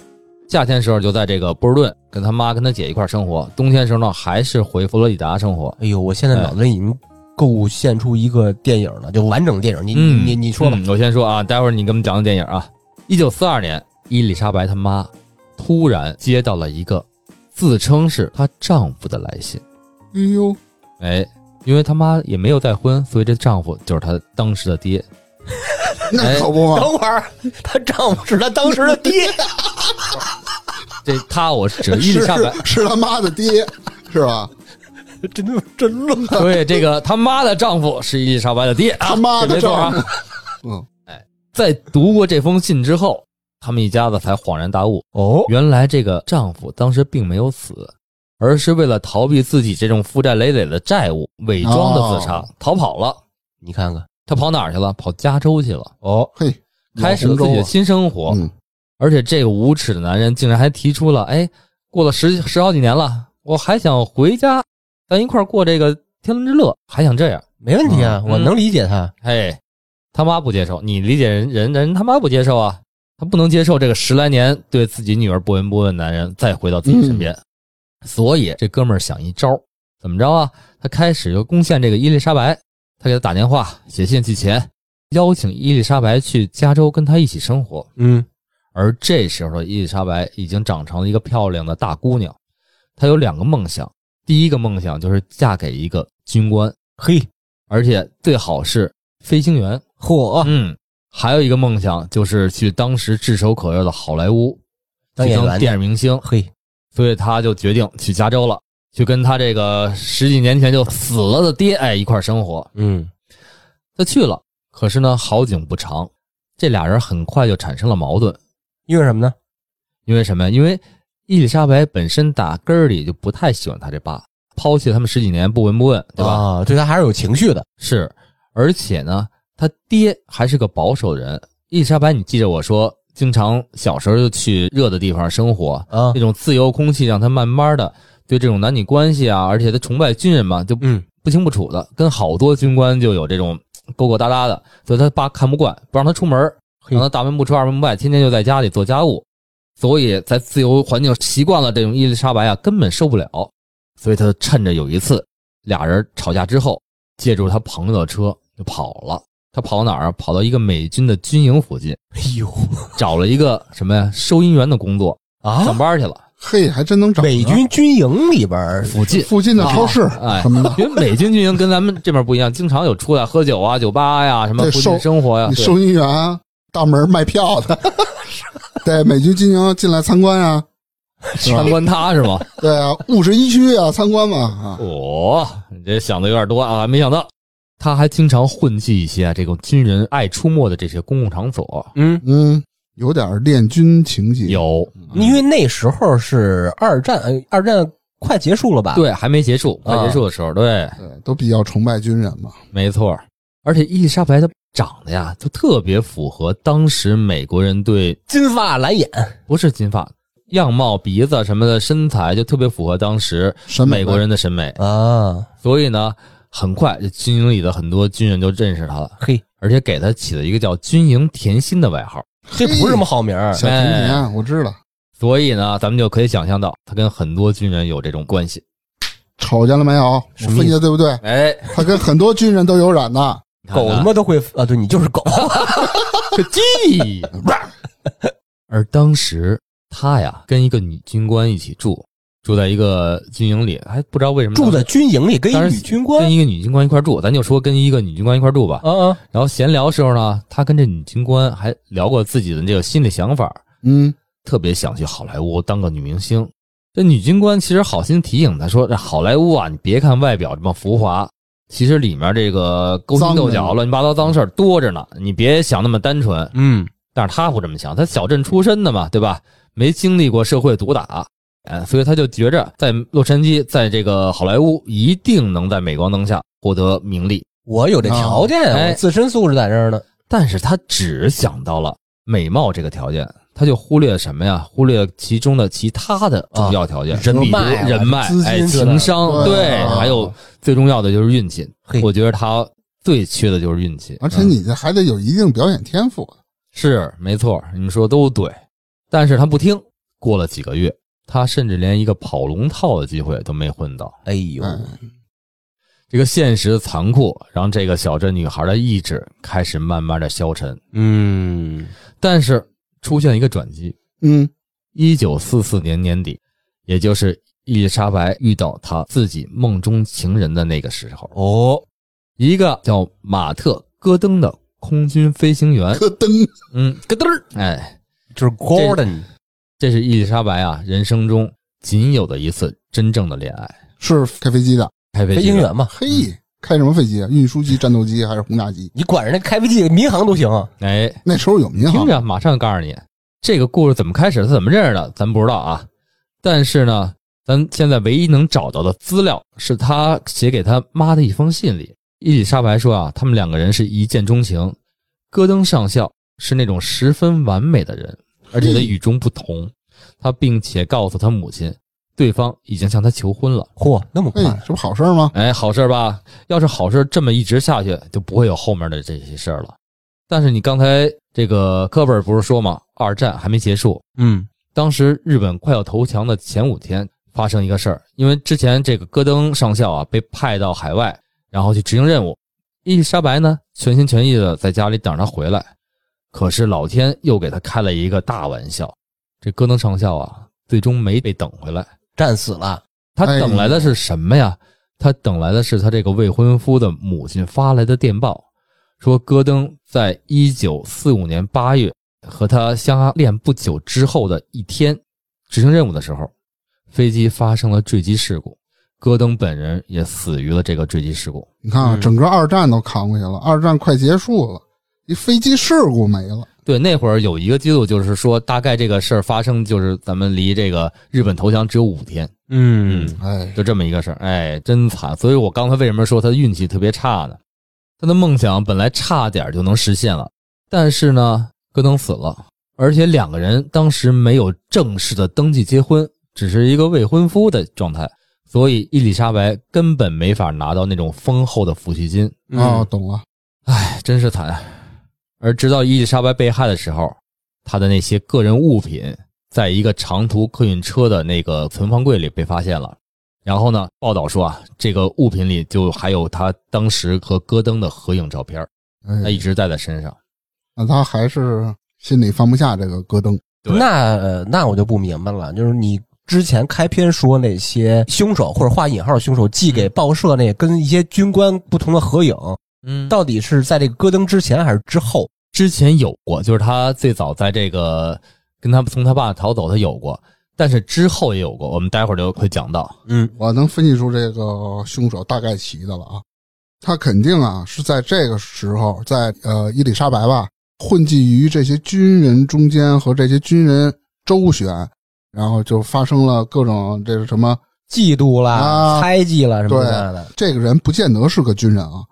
夏天时候就在这个波士顿跟她妈跟她姐一块儿生活，冬天时候呢还是回佛罗里达生活。哎呦，我现在脑子里已经构建出一个电影了，就完整电影。你你你你说吧。嗯我先说啊，待会儿你给我们讲讲电影啊。一九四二年，伊丽莎白她妈突然接到了一个自称是她丈夫的来信。哎呦，哎，因为他妈也没有再婚，所以这丈夫就是她当时的爹。哎那可嗯不嘛，等会儿，她丈夫是她当时的 爹，这他我是指伊是丽莎白， 是是他妈的爹，是吧？真的真 乱。 所以这个他妈的丈夫是伊丽莎白的爹啊，他妈这的没错啊丈。夫，嗯，在读过这封信之后，他们一家子才恍然大悟，哦，原来这个丈夫当时并没有死，而是为了逃避自己这种负债累累的债务，伪装的自杀、哦逃跑了。你看看，他跑哪儿去了？跑加州去了，哦，嘿，开始了自己的老新生活。红州啊，嗯，而且这个无耻的男人竟然还提出了，哎，过了十十好几年了，我还想回家，咱一块儿过这个天伦之乐，还想这样。没问题啊，嗯我能理解她。嘿，他妈不接受，你理解人人人他妈不接受啊，他不能接受这个十来年对自己女儿不闻不问的男人再回到自己身边，所以这哥们儿想一招，怎么着啊？他开始就攻陷这个伊丽莎白，他给他打电话、写信寄钱，邀请伊丽莎白去加州跟他一起生活。嗯，而这时候的伊丽莎白已经长成了一个漂亮的大姑娘，她有两个梦想，第一个梦想就是嫁给一个军官，嘿，而且最好是飞行员。嚯，嗯，还有一个梦想就是去当时炙手可热的好莱坞当去演员去电影明星，嘿，所以她就决定去加州了，去跟她这个十几年前就死了的爹哎一块儿生活。嗯，她去了，可是呢，好景不长，这俩人很快就产生了矛盾。因为什么呢？因为什么呀？因为伊丽莎白本身打根儿里就不太喜欢他这爸，抛弃他们十几年不闻不问，对吧？啊，对她还是有情绪的。是，而且呢，他爹还是个保守人。伊丽莎白，你记着我说，经常小时候就去热的地方生活，啊这，种自由空气让他慢慢的对这种男女关系啊，而且他崇拜军人嘛，就嗯，不清不楚的，跟好多军官就有这种嘖勾勾搭搭的，所以他爸看不惯，不让他出门，嘿让他大门不出二门不迈，天天就在家里做家务，所以在自由环境习惯了这种伊丽莎白啊，根本受不了，所以他趁着有一次俩人吵架之后，借助他朋友的车就跑了。他跑到哪儿啊？跑到一个美军的军营附近，哎呦找了一个什么呀收银员的工作，上啊，班去了。嘿，还真能找着美军军营里边儿附近附近的超市哎什 么的，因为美军军营跟咱们这边不一样，经常有出来喝酒啊、酒吧呀、什么对附收近生活呀、啊你对收银员大门卖票的， 对，美军军营进来参观啊，是吧参？观他 是吗？对啊，五十一区啊，参观嘛啊，哦，你这想的有点多啊，没想到他还经常混迹一些啊这个军人爱出没的这些公共场所。嗯，嗯，有点恋军情节，有，因为那时候是二战，哎二战快结束了吧？，对，还没结束，啊快结束的时候，对，对，都比较崇拜军人嘛，没错。而且伊丽莎白她长得呀，就特别符合当时美国人对金发蓝眼，不是金发样貌、鼻子什么的身材，就特别符合当时审美美国人的审美。啊，所以呢，很快这军营里的很多军人就认识他了，嘿，而且给他起了一个叫“军营甜心”的外号。这不是什么好名儿小甜甜，我知道，所以呢，咱们就可以想象到他跟很多军人有这种关系。瞅见了没有？我什么意思分析的对不对？哎，他跟很多军人都有染的，狗他妈都会啊！对你就是狗，个鸡！ 而当时他呀，跟一个女军官一起住，住在一个军营里，还不知道为什么住在军营里跟一当时女军官跟一个女军官一块住，咱就说跟一个女军官一块住吧。啊啊，然后闲聊的时候呢，他跟这女军官还聊过自己的这个心理想法，嗯，特别想去好莱坞当个女明星。这女军官其实好心提醒他说：“这好莱坞啊，你别看外表这么浮华，其实里面这个勾心斗脏角、的乱七八糟脏事儿多着呢。你别想那么单纯。嗯，”但是他不这么想，他小镇出身的嘛，对吧？没经历过社会毒打，哎，所以他就觉着在洛杉矶，在这个好莱坞，一定能在镁光灯下获得名利。我有这条件，哎我自身素质在这儿呢。但是他只想到了美貌这个条件，他就忽略了什么呀？忽略了其中的其他的重要条件，啊人比脉啊人脉、资金哎、之类的情商，对对，啊还有最重要的就是运气嘿。啊我觉得他最缺的就是运气，而且嗯你这还得有一定表演天赋，啊是没错，你们说都对，但是他不听。过了几个月，他甚至连一个跑龙套的机会都没混到。哎呦，哎，这个现实的残酷让这个小镇女孩的意志开始慢慢的消沉，嗯，但是出现一个转机。嗯，一九四四年年底，也就是伊丽莎白遇到她自己梦中情人的那个时候，哦，一个叫马特·戈登的空军飞行员，咯噔，嗯，咯噔儿，哎，就是 Gordon，这是伊丽莎白啊人生中仅有的一次真正的恋爱。是开飞机的，开飞飞机行员嘛，嘿，开什么飞机啊？运输机、战斗机还是轰炸机？你管人家开飞机、民航都行啊。哎，那时候有民听航，着，马上告诉你这个故事怎么开始，他怎么认识的，咱不知道啊。但是呢，咱现在唯一能找到的资料是他写给他妈的一封信里，伊丽莎白说啊，他们两个人是一见钟情。戈登上校是那种十分完美的人，而且他与众不同。他并且告诉他母亲，对方已经向他求婚了。嚯，那么嘿快，，这不好事儿吗？哎，好事儿吧？要是好事儿这么一直下去，就不会有后面的这些事儿了。但是你刚才这个科本不是说嘛，二战还没结束，嗯，当时日本快要投降的前五天发生一个事儿，因为之前这个戈登上校啊被派到海外，然后去执行任务，伊丽莎白呢全心全意的在家里等着他回来，可是老天又给他开了一个大玩笑，这戈登上校啊最终没被等回来。战死了，他等来的是什么呀？他等来的是他这个未婚夫的母亲发来的电报，说戈登在一九四五年八月和他相恋不久之后的一天，执行任务的时候，飞机发生了坠机事故，戈登本人也死于了这个坠机事故。你看啊，嗯整个二战都扛过去了，二战快结束了，一飞机事故没了，对，那会儿有一个记录，就是说大概这个事儿发生，就是咱们离这个日本投降只有五天，嗯哎，就这么一个事儿，哎，真惨。所以我刚才为什么说他运气特别差呢？他的梦想本来差点就能实现了，但是呢，戈登死了，而且两个人当时没有正式的登记结婚，只是一个未婚夫的状态，所以伊丽莎白根本没法拿到那种丰厚的抚恤金。哦，，懂了。唉，真是惨啊！而直到伊丽莎白被害的时候，她的那些个人物品在一个长途客运车的那个存放柜里被发现了。然后呢，报道说啊，这个物品里就还有她当时和戈登的合影照片，她哎一，直带在身上。那他还是心里放不下这个戈登。对那呃那我就不明白了，就是你之前开篇说那些凶手或者画引号凶手寄给报社那跟一些军官不同的合影，嗯到底是在这个戈登之前还是之后？之前有过，就是他最早在这个跟他从他爸逃走，他有过，但是之后也有过，我们待会儿就会讲到。嗯，我能分析出这个呃凶手大概齐的了啊。他肯定啊是在这个时候，在呃伊丽莎白吧混迹于这些军人中间和这些军人周旋，然后就发生了各种这是什么？嫉妒啦、啊猜忌啦什么对的的。这个人不见得是个军人啊，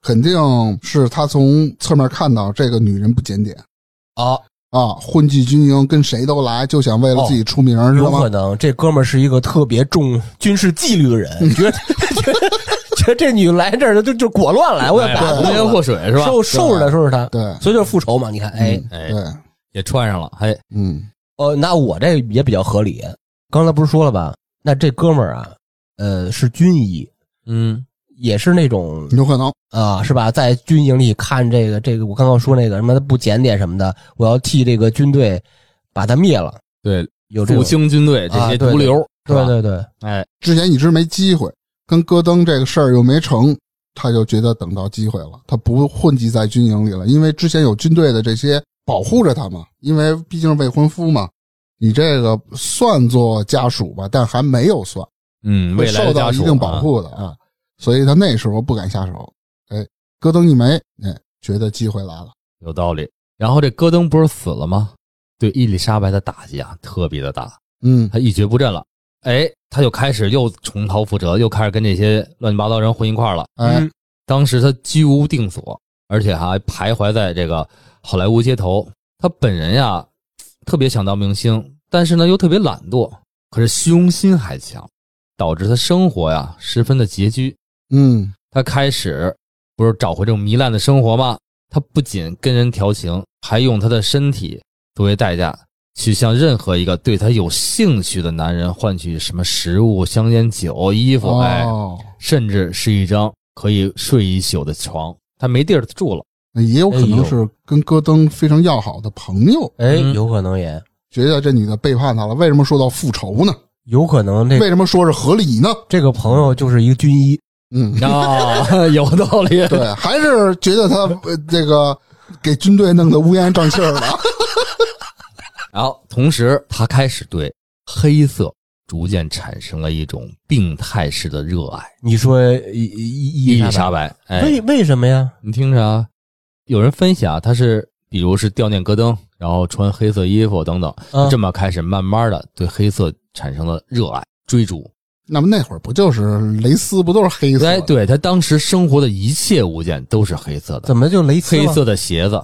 肯定是他从侧面看到这个女人不检点哦，啊，混迹军营跟谁都来，就想为了自己出名、是有吗可？能这哥们儿是一个特别重军事纪律的人，觉得 觉得觉得这女来这儿就就裹乱来，我要哎打呀她红颜祸水是吧？收收拾他，收拾他，对，嗯所以就是复仇嘛。你看，哎，哎，对，也穿上了，嘿、嗯，哦，那我这也比较合理。刚才不是说了吧？那这哥们儿啊，呃，是军医，嗯，也是那种有可能，啊、是吧？在军营里看这个这个，我刚刚说那个什么不检点什么的，我要替这个军队把他灭了，对，有这驻种。清军队这啊些对毒瘤，是对吧，对对，哎，之前一直没机会，跟戈登这个事儿又没成，他就觉得等到机会了，他不混迹在军营里了，因为之前有军队的这些保护着他嘛，因为毕竟是未婚夫嘛，你这个算作家属吧，但还没有算，嗯，未来受的到家一属定保护的啊，所以他那时候不敢下手。哎，戈登一没，哎，觉得机会来了，有道理。然后这戈登不是死了吗？对伊丽莎白的打击啊，特别的大，嗯，他一蹶不振了。哎，他就开始又重蹈覆辙，又开始跟这些乱七八糟人混一块儿了。哎，嗯当时他居无定所，而且还徘徊在这个好莱坞街头。他本人呀，特别想当明星，但是呢又特别懒惰，可是虚荣心还强，导致他生活呀十分的拮据。嗯，他开始不是找回这种糜烂的生活吗？他不仅跟人调情，还用他的身体作为代价，去向任何一个对他有兴趣的男人换取什么食物、香烟、酒、衣服，哎，哦，甚至是一张可以睡一宿的床。他没地儿住了，那也有可哎能呦是跟戈登非常要好的朋友哎，嗯有可能也觉得这女的背叛他了，为什么说到复仇呢？有可能这为什么说是合理呢？这个朋友就是一个军医，嗯， 啊，有道理。对，还是觉得他呃这个给军队弄得乌烟瘴气儿了。 然后，同时他开始对黑色逐渐产生了一种病态式的热爱。你说伊伊伊伊丽莎白，白，哎，为为什么呀？你听着啊，有人分析啊，他是比如是悼念戈登，然后穿黑色衣服等等，啊这么开始慢慢的对黑色产生了热爱、追逐。那么那会儿不就是蕾丝不都是黑色的？哎，对他当时生活的一切物件都是黑色的，怎么就雷丝黑了色的鞋子，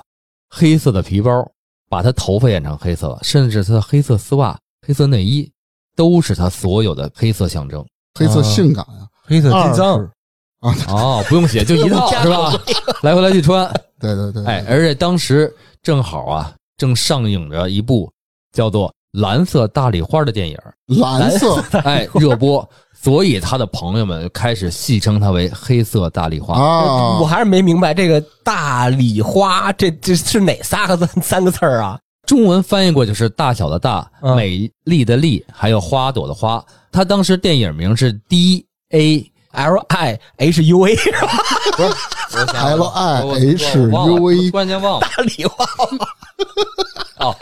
黑色的皮包，把他头发染成黑色了，甚至他的黑色丝袜、黑色内衣，都是他所有的黑色象 征。黑色性感啊，黑色二心脏是？啊，哦，不用 写，就一套是吧？来回来去穿。对对对，哎，，而且当时正好啊，正上映着一部叫做《蓝色大丽花》的电影，蓝色哎，热播，所以他的朋友们开始戏称他为“黑色大丽 花”啊我，还是没明白这个大礼花这这是哪仨个字三个字儿啊？中文翻译过就是“大小”的“大”，嗯美丽的“丽”，还有花朵的“花”。他当时电影名是 D A， L I H U A 不是 L I 哎 H 我 U 忘了 V 突然间忘了大 礼花，哦。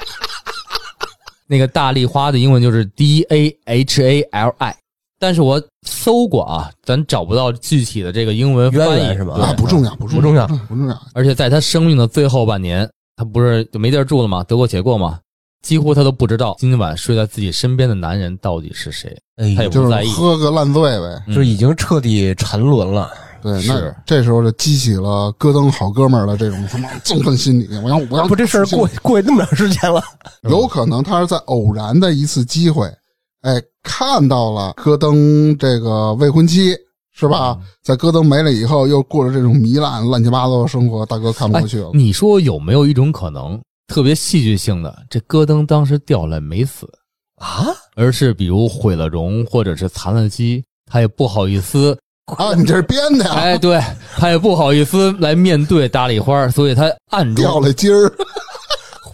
那个大丽花的英文就是 D A H A L I，但是我搜过啊，咱找不到具体的这个英文翻译渊源是吧对啊，不重要，不重不重要不重要。而且在他生命的最后半年，他不是就没地儿住了吗？得过且过吗？几乎他都不知道今晚睡在自己身边的男人到底是谁，哎他也呦，不就在意是。喝个烂醉呗，嗯就已经彻底沉沦了。对，那是这时候就激起了戈登好哥们儿的这种他妈憎恨心理。我要我要啊不，这事儿过过去那么长时间了，有可能他是在偶然的一次机会，哎，看到了戈登这个未婚妻，是吧？在戈登没了以后，又过着这种糜烂、乱七八糟的生活，大哥看不过去了。哎 你说有没有一种可能，特别戏剧性的，这戈登当时掉了没死，啊？而是比如毁了容或者是残了肌，他也不好 意思，啊，你这是编的呀？ 哎，对他也不好意思来面对大丽花，所以他暗 中掉了筋儿，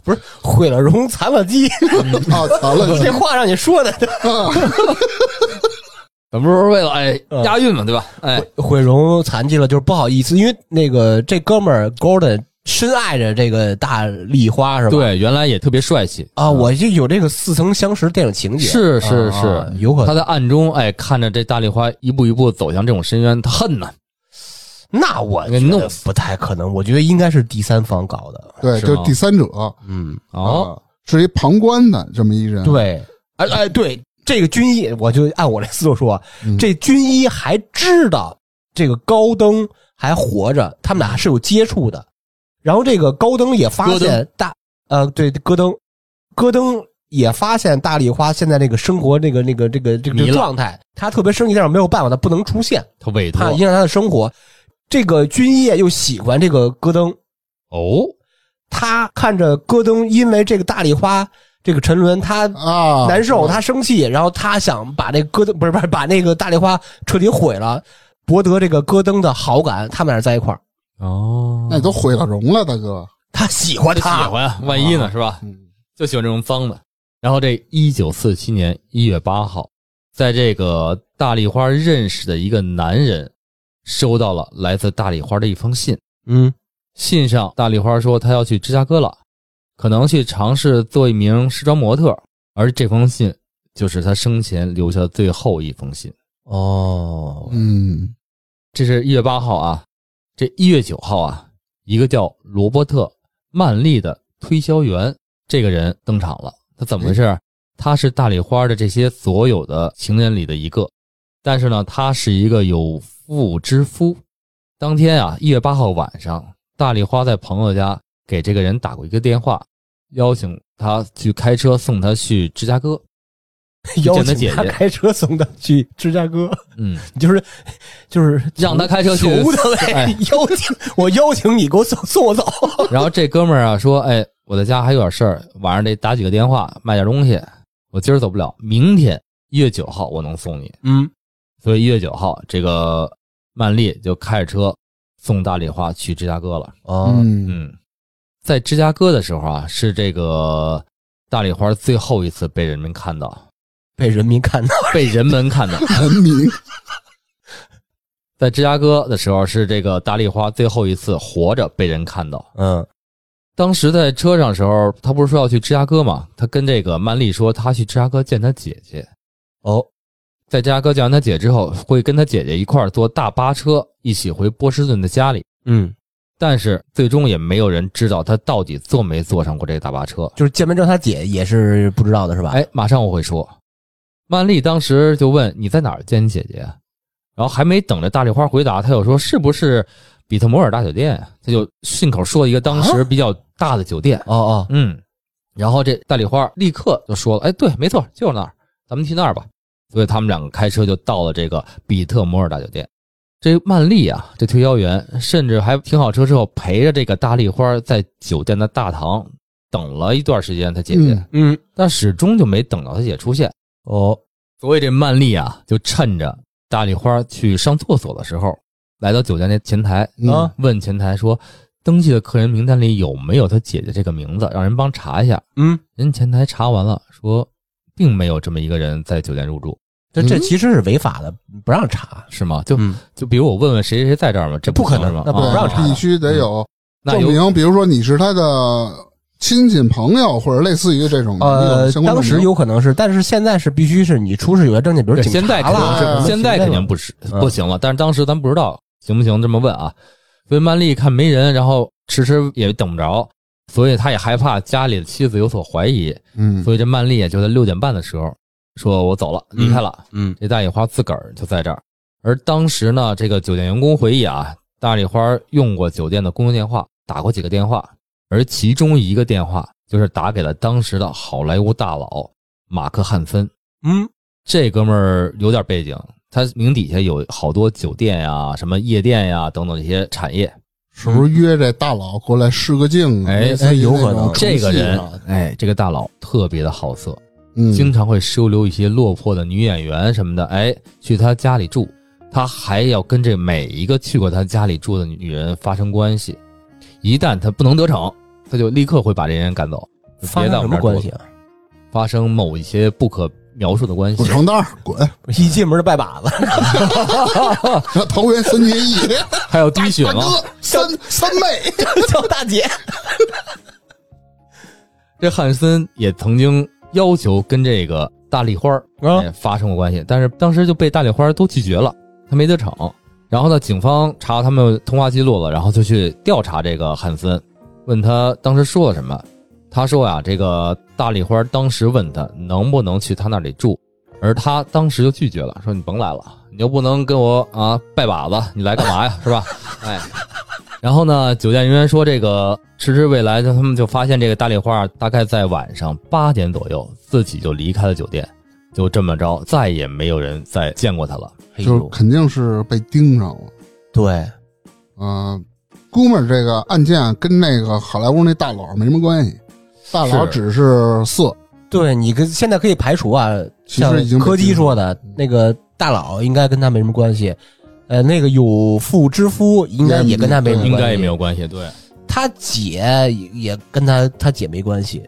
不是毁了容残了鸡， 啊，残了 筋这话让你说的，儿，咱们说是为了哎嗯押韵嘛，对吧？哎，毁容残疾了就是不好意思，因为那个这哥们儿 Gordon 深爱着这个大丽花是吧？对，原来也特别帅气啊，我就有这个似曾相识电影情节，是是啊是啊有可他能。在暗中哎看着这大丽花一步一步走向这种深渊，他恨呐、那我给觉弄得不太可能，我觉得应该是第三方搞的。对，是就是吗第三者嗯，哦，啊，是一旁观的这么一人。，对，哎哎，对，这个军医，我就按我这思路说，嗯这军医还知道这个高登还活着，他们俩是有接触的。然后这个高登也发戈登现大，呃，对，戈登，戈登也发现大丽花现在这个生活那个那个这个这个这糜个烂状态，他特别生气，但是没有办法，他不能出现，他委托怕影响他的生活。这个军医又喜欢这个戈登，哦，他看着戈登因为这个大丽花这个沉沦，他啊，难受，他生气，然后他想把这戈登不是 不是把那个大丽花彻底毁了，博得这个戈登的好感，他们俩在一块儿，哦那你都毁了容了，大哥。他喜欢喜他，欢啊，万一呢，是吧？嗯，就喜欢这种脏的。然后这一九四七年一月八号，在这个大丽花认识的一个男人，收到了来自大丽花的一封信。嗯，信上，大丽花说她要去芝加哥了，可能去尝试做一名时装模特，而这封信就是她生前留下的最后一封信。哦，嗯，这是一月八号啊，这一月九号啊，一个叫罗伯特·曼利的推销员这个人登场了。他怎么回事儿？他是大丽花的这些所有的情人里的一个，但是呢，他是一个有妇之夫。当天啊，一月八号晚上，大丽花在朋友家给这个人打过一个电话，邀请他去开车送他去芝加哥。 邀见他请姐他姐开车送他去芝加哥，嗯，就是就是让他开车去求他呗，哎邀请我邀请你给我送送我走， 然后这哥们儿啊说：“哎，我在家还有点事儿，晚上得打几个电话，卖点东西。我今儿走不了，明天一月九号我能送你。嗯，”所以一月九号，这个曼丽就开着车送大丽花去芝加哥了。哦嗯，嗯，在芝加哥的时候啊，是这个大丽花最后一次被人们看 到，被人民看到，被人们看到。人民在芝加哥的时候，是这个大丽花最后一次活着被人看到。嗯当时在车上的时候，他不是说要去芝加哥嘛？他跟这个曼丽说，他去芝加哥见他姐姐。哦，在芝加哥见完他姐之后，会跟他姐姐一块儿坐大巴车一起回波士顿的家里。嗯，但是最终也没有人知道他到底坐没坐上过这个大巴车。就是见面之后他姐也是不知道的是吧？哎，马上我会说。曼丽当时就问：“你在哪儿见你姐姐？”啊然后还没等着大丽花回答，他又说：“是不是比特摩尔大酒店？”他就顺口说了一个当时比较大的酒店。哦哦，嗯，然后这大丽花立刻就说了：“哎，对，没错，就是那儿，咱们去那儿吧。”所以他们两个开车就到了这个比特摩尔大酒店。这曼丽啊，这推销员甚至还停好车之后，陪着这个大丽花在酒店的大堂等了一段时间，她姐姐，嗯嗯但始终就没等到她姐出现。哦，所以这曼丽啊，就趁着大丽花去上厕所的时候，来到酒店那前台嗯啊，问前台说：“登记的客人名单里有没有她姐姐这个名字？让人帮查一下。”嗯，人前台查完了，说并没有这么一个人在酒店入住，这这嗯其实是违法的，不让查。是吗？就、嗯就比如我问问谁谁谁在这儿吗？这不可行能是吗？那不啊不让查对，必须得有那证有明，比如说你是他的亲戚朋友，或者类似于这种，呃嗯你，相关证当时明有可能是，但是现在是必须是你出示有些证件，比如对警现在察肯定是啦，不是行现在肯定不是嗯不行了，但是当时咱不知道行不行这么问啊。所以曼丽看没人，然后迟迟也等不着，所以他也害怕家里的妻子有所怀疑，嗯，所以这曼丽也就在六点半的时候说：“我走了，离开了。嗯这大野花自个儿就在这儿，而当时呢，这个酒店员工回忆啊，大丽花用过酒店的公用电话，打过几个电话，而其中一个电话就是打给了当时的好莱坞大佬马克汉森。嗯，这哥们儿有点背景，他名底下有好多酒店呀、什么夜店呀等等这些产业。是不是约这大佬过来试个镜？啊哎类似于哎有可那能种出这个戏人啊，哎，这个大佬特别的好色，嗯，经常会收留一些落魄的女演员什么的，哎，去他家里住，他还要跟这每一个去过他家里住的女人发生关系，一旦他不能得逞，他就立刻会把这人赶走，发嗯别生到我什们这么儿关住系啊？发生某一些不可描述的关系滚。床单儿滚，一进门就拜把子， 桃园三结义，还有滴血大 吗？哥三三妹，叫大姐。这汉森也曾经要求跟这个大丽花儿啊哎发生过关系，但是当时就被大丽花儿都拒绝了，他没得逞。然后呢，警方查到他们通话记录了，然后就去调查这个汉森，问他当时说了什么。他说呀、啊这个大丽花儿当时问他能不能去他那里住，而他当时就拒绝了，说你甭来了，你又不能跟我啊拜把子，你来干嘛呀， 是吧？哎，然后呢，酒店人员说，这个迟迟未来，他们就发现这个大丽花大概在晚上八点左右自己就离开了酒店，就这么着，再也没有人再见过她了。哎就是呦肯定是被盯上了。对，嗯，估摸着这个案件跟那个好莱坞那大佬没什么关系，大佬是只是色，对你跟现在可以排除啊，其实已经像被柯基定说的那个大佬应该跟他没什么关系，呃，那个有妇之夫应该也也跟他没什么关系，应该也没有。关系，对，他姐也也跟他他姐没关系，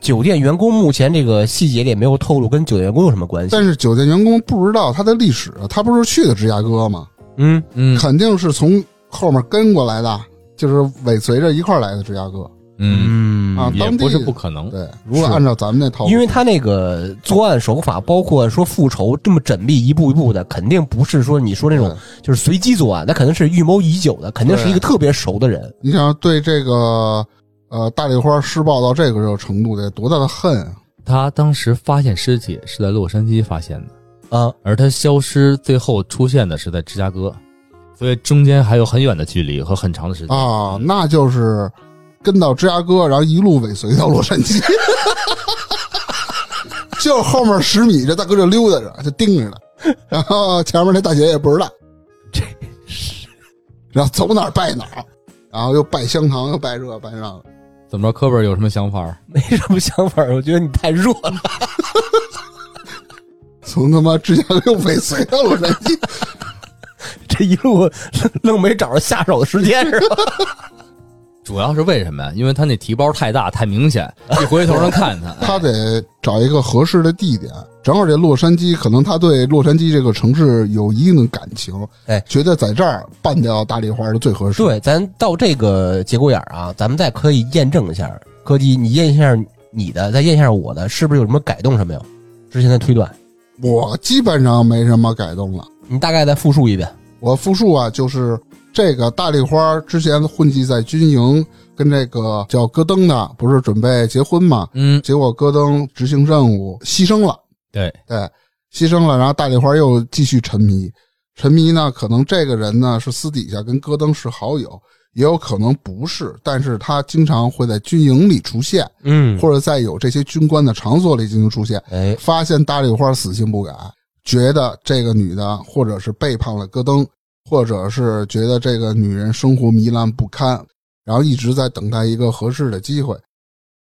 酒店员工目前这个细节里也没有透露跟酒店员工有什么关系。但是酒店员工不知道他的历史，他不是去的芝加哥吗？嗯，嗯肯定是从后面跟过来的，就是尾随着一块儿来的芝加哥嗯，嗯啊。也当地不是不可能。对，如果按照咱们那套路，因为他那个作案手法，包括说复仇这么缜密，一步一步的，肯定不是说你说那种对就是随机作案，那肯定是预谋已久的，肯定是一个特别熟的人。你想要对这个呃大丽花施暴到这个程度，得多大的恨啊！他当时发现尸体是在洛杉矶发现的，啊， 而他消失最后出现的是在芝加哥，所以中间还有很远的距离和很长的时间。啊，那就是跟到芝加哥，然后一路尾随到洛杉矶， 就后面十米，这大哥就溜达着，就盯着呢。然后前面那大姐也不知道，这然后走哪儿拜哪儿，然后又拜香堂，又拜这拜那的。怎么着，科本有什么想法？没什么想法，我觉得你太弱了。从他妈芝加哥又尾随到洛杉矶，这一路愣没找着下手的时间是吧？主要是为什么呀？因为他那提包太大太明显，一回头能看他。他得找一个合适的地点。正好这洛杉矶，可能他对洛杉矶这个城市有一定的感情，哎觉得在这儿办掉大丽花是最合适。，对，咱到这个节骨眼儿啊，咱们再可以验证一下，柯基，你验一下你的，再验一下我的，是不是有什么改动什么有？之前的推断，我基本上没什么改动了。你大概再复述一遍。我复述啊，就是这个大丽花之前混迹在军营，跟这个叫戈登的，不是准备结婚嘛？嗯，结果戈登执行任务牺牲了，对，对，牺牲了。然后大丽花又继续沉迷，沉迷呢，可能这个人呢是私底下跟戈登是好友，也有可能不是，但是他经常会在军营里出现，嗯，或者在有这些军官的场所里进行出现。哎，发现大丽花死性不改，觉得这个女的或者是背叛了戈登，或者是觉得这个女人生活糜烂不堪，然后一直在等待一个合适的机会。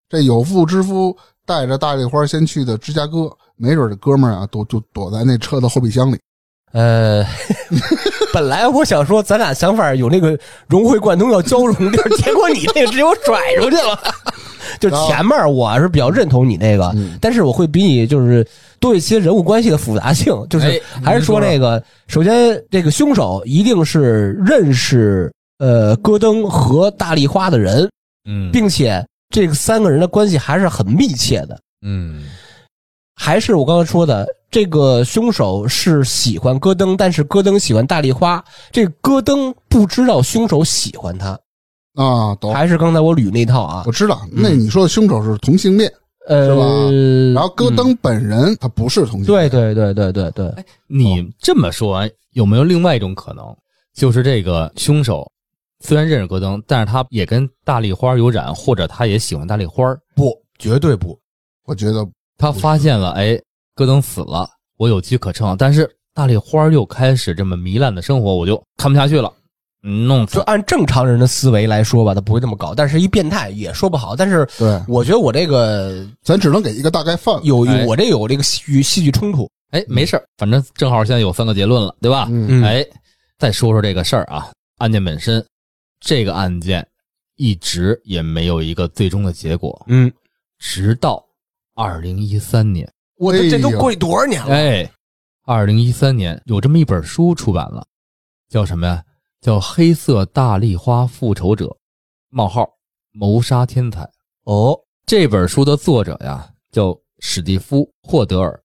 这有妇之夫带着大丽花先去的芝加哥，没准这哥们儿啊躲就躲在那车的后备箱里。呃， 本来我想说咱俩想法有那个融会贯通要交融地儿，结果你那个直接我甩出去了。 就前面儿我是比较认同你那个，嗯但是我会比你就是多一些人物关系的复杂性，就是哎还是说那个，首先这个凶手一定是认识呃戈登和大丽花的人，嗯并且这三个人的关系还是很密切的。嗯，还是我刚刚说的，这个凶手是喜欢戈登，但是戈登喜欢大丽花，这个戈登不知道凶手喜欢他，啊，懂，还是刚才我捋那套啊我，知道。嗯那你说的凶手是同性恋，呃，嗯是吧然吧后戈登本人他不是同性恋，对对对对对对，你这么说完有没有另外一种可能，就是这个凶手虽然认识戈登，但是他也跟大丽花有染，或者他也喜欢大丽花儿，不，绝对不。我觉得他发现了，哎，戈登死了，我有机可乘，但是大丽花儿又开始这么糜烂的生活，我就看不下去了，嗯弄死就按正常人的思维来说吧，他不会这么搞，但是一变态也说不好。但是对，我觉得我这个咱只能给一个大概范围。有哎有我这有这个戏剧戏剧冲突，哎，没嗯事儿，反正正好现在有三个结论了，对吧？嗯哎，再说说这个事儿啊，案件本身，这个案件一直也没有一个最终的结果，嗯，直到二零一三年，我哎这呦这都过去多少年了？哎，二零一三年有这么一本书出版了，叫什么呀？叫《黑色大丽花复仇者：冒号谋杀天才》。哦，这本书的作者呀，叫史蒂夫·霍德尔，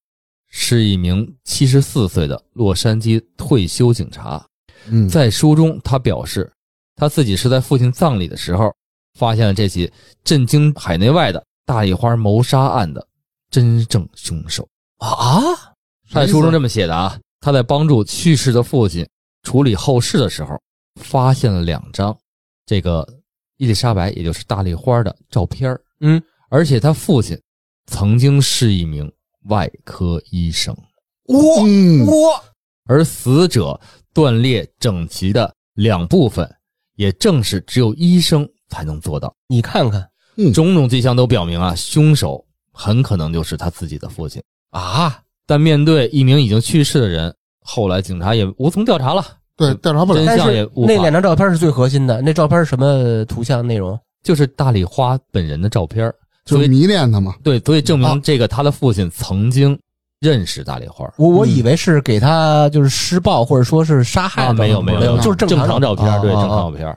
是一名七十四岁的洛杉矶退休警察。嗯，在书中，他表示，他自己是在父亲葬礼的时候，发现了这起震惊海内外的大丽花谋杀案的真正凶手。啊，在书中这么写的啊，他在帮助去世的父亲处理后事的时候，发现了两张这个伊丽莎白，也就是大丽花的照片儿嗯，而且他父亲曾经是一名外科医生，我嗯我而死者断裂整齐的两部分，也正是只有医生才能做到。你看看种种迹象都表明啊，凶手很可能就是他自己的父亲。啊，但面对一名已经去世的人，后来警察也无从调查了。对，调查不了真。但相也是无法那两张照片是最核心的，那照片是什么图像内容？就是大丽花本人的照片儿。就所以迷恋他嘛，对，所以证啊明这个他的父亲曾经认识大丽花儿。我嗯我以为是给他就是施暴或者说是杀害啊，的，没有没有没有，没有，没有就是正常常照片儿，对，啊正常啊照片儿。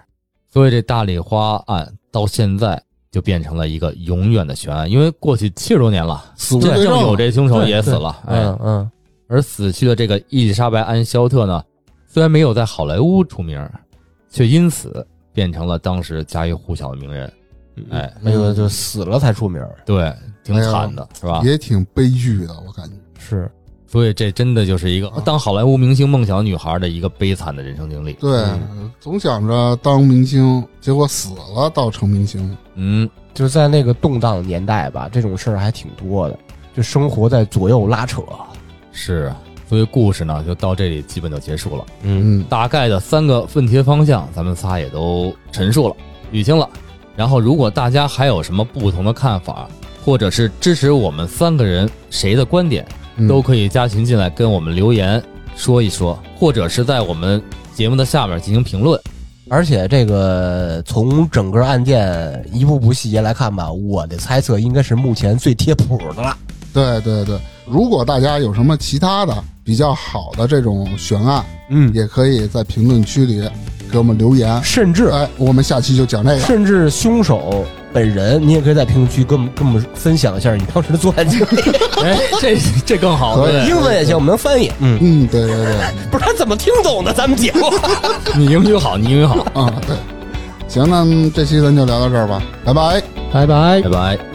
所以这大丽花案到现在就变成了一个永远的悬案，因为过去七十多年了，死无真对正证有了这凶手也死对了。哎，嗯嗯，而死去的这个伊丽莎白·安·肖特呢，虽然没有在好莱坞出名，却因此变成了当时家喻户晓的名人。哎，没有就死了才出名儿，对，挺惨的，是吧？也挺悲剧的，我感觉。是所以这真的就是一个啊当好莱坞明星梦想女孩的一个悲惨的人生经历。对，嗯总想着当明星，结果死了倒成明星了。嗯，就是在那个动荡的年代吧，这种事儿还挺多的，就生活在左右拉扯，是啊。所以故事呢，就到这里基本就结束了。嗯，嗯，大概的三个问题方向，咱们仨也都陈述了、捋清了。然后，如果大家还有什么不同的看法，或者是支持我们三个人谁的观点，嗯都可以加群进来跟我们留言说一说，或者是在我们节目的下面进行评论。而且这个从整个案件一步步细节来看吧，我的猜测应该是目前最贴谱的了。对对对。如果大家有什么其他的比较好的这种悬案，嗯，也可以在评论区里给我们留言。甚至哎，我们下期就讲这个。甚至凶手本人，你也可以在评论区跟我们跟我们分享一下你当时的作案经历，哎，这这更好，可以对英文也行，我们能翻译。嗯，嗯，对对对，不是他怎么听懂的咱们节目？你英语好，你英语好，啊对。行，那这期咱就聊到这儿吧，拜拜。拜拜拜。拜。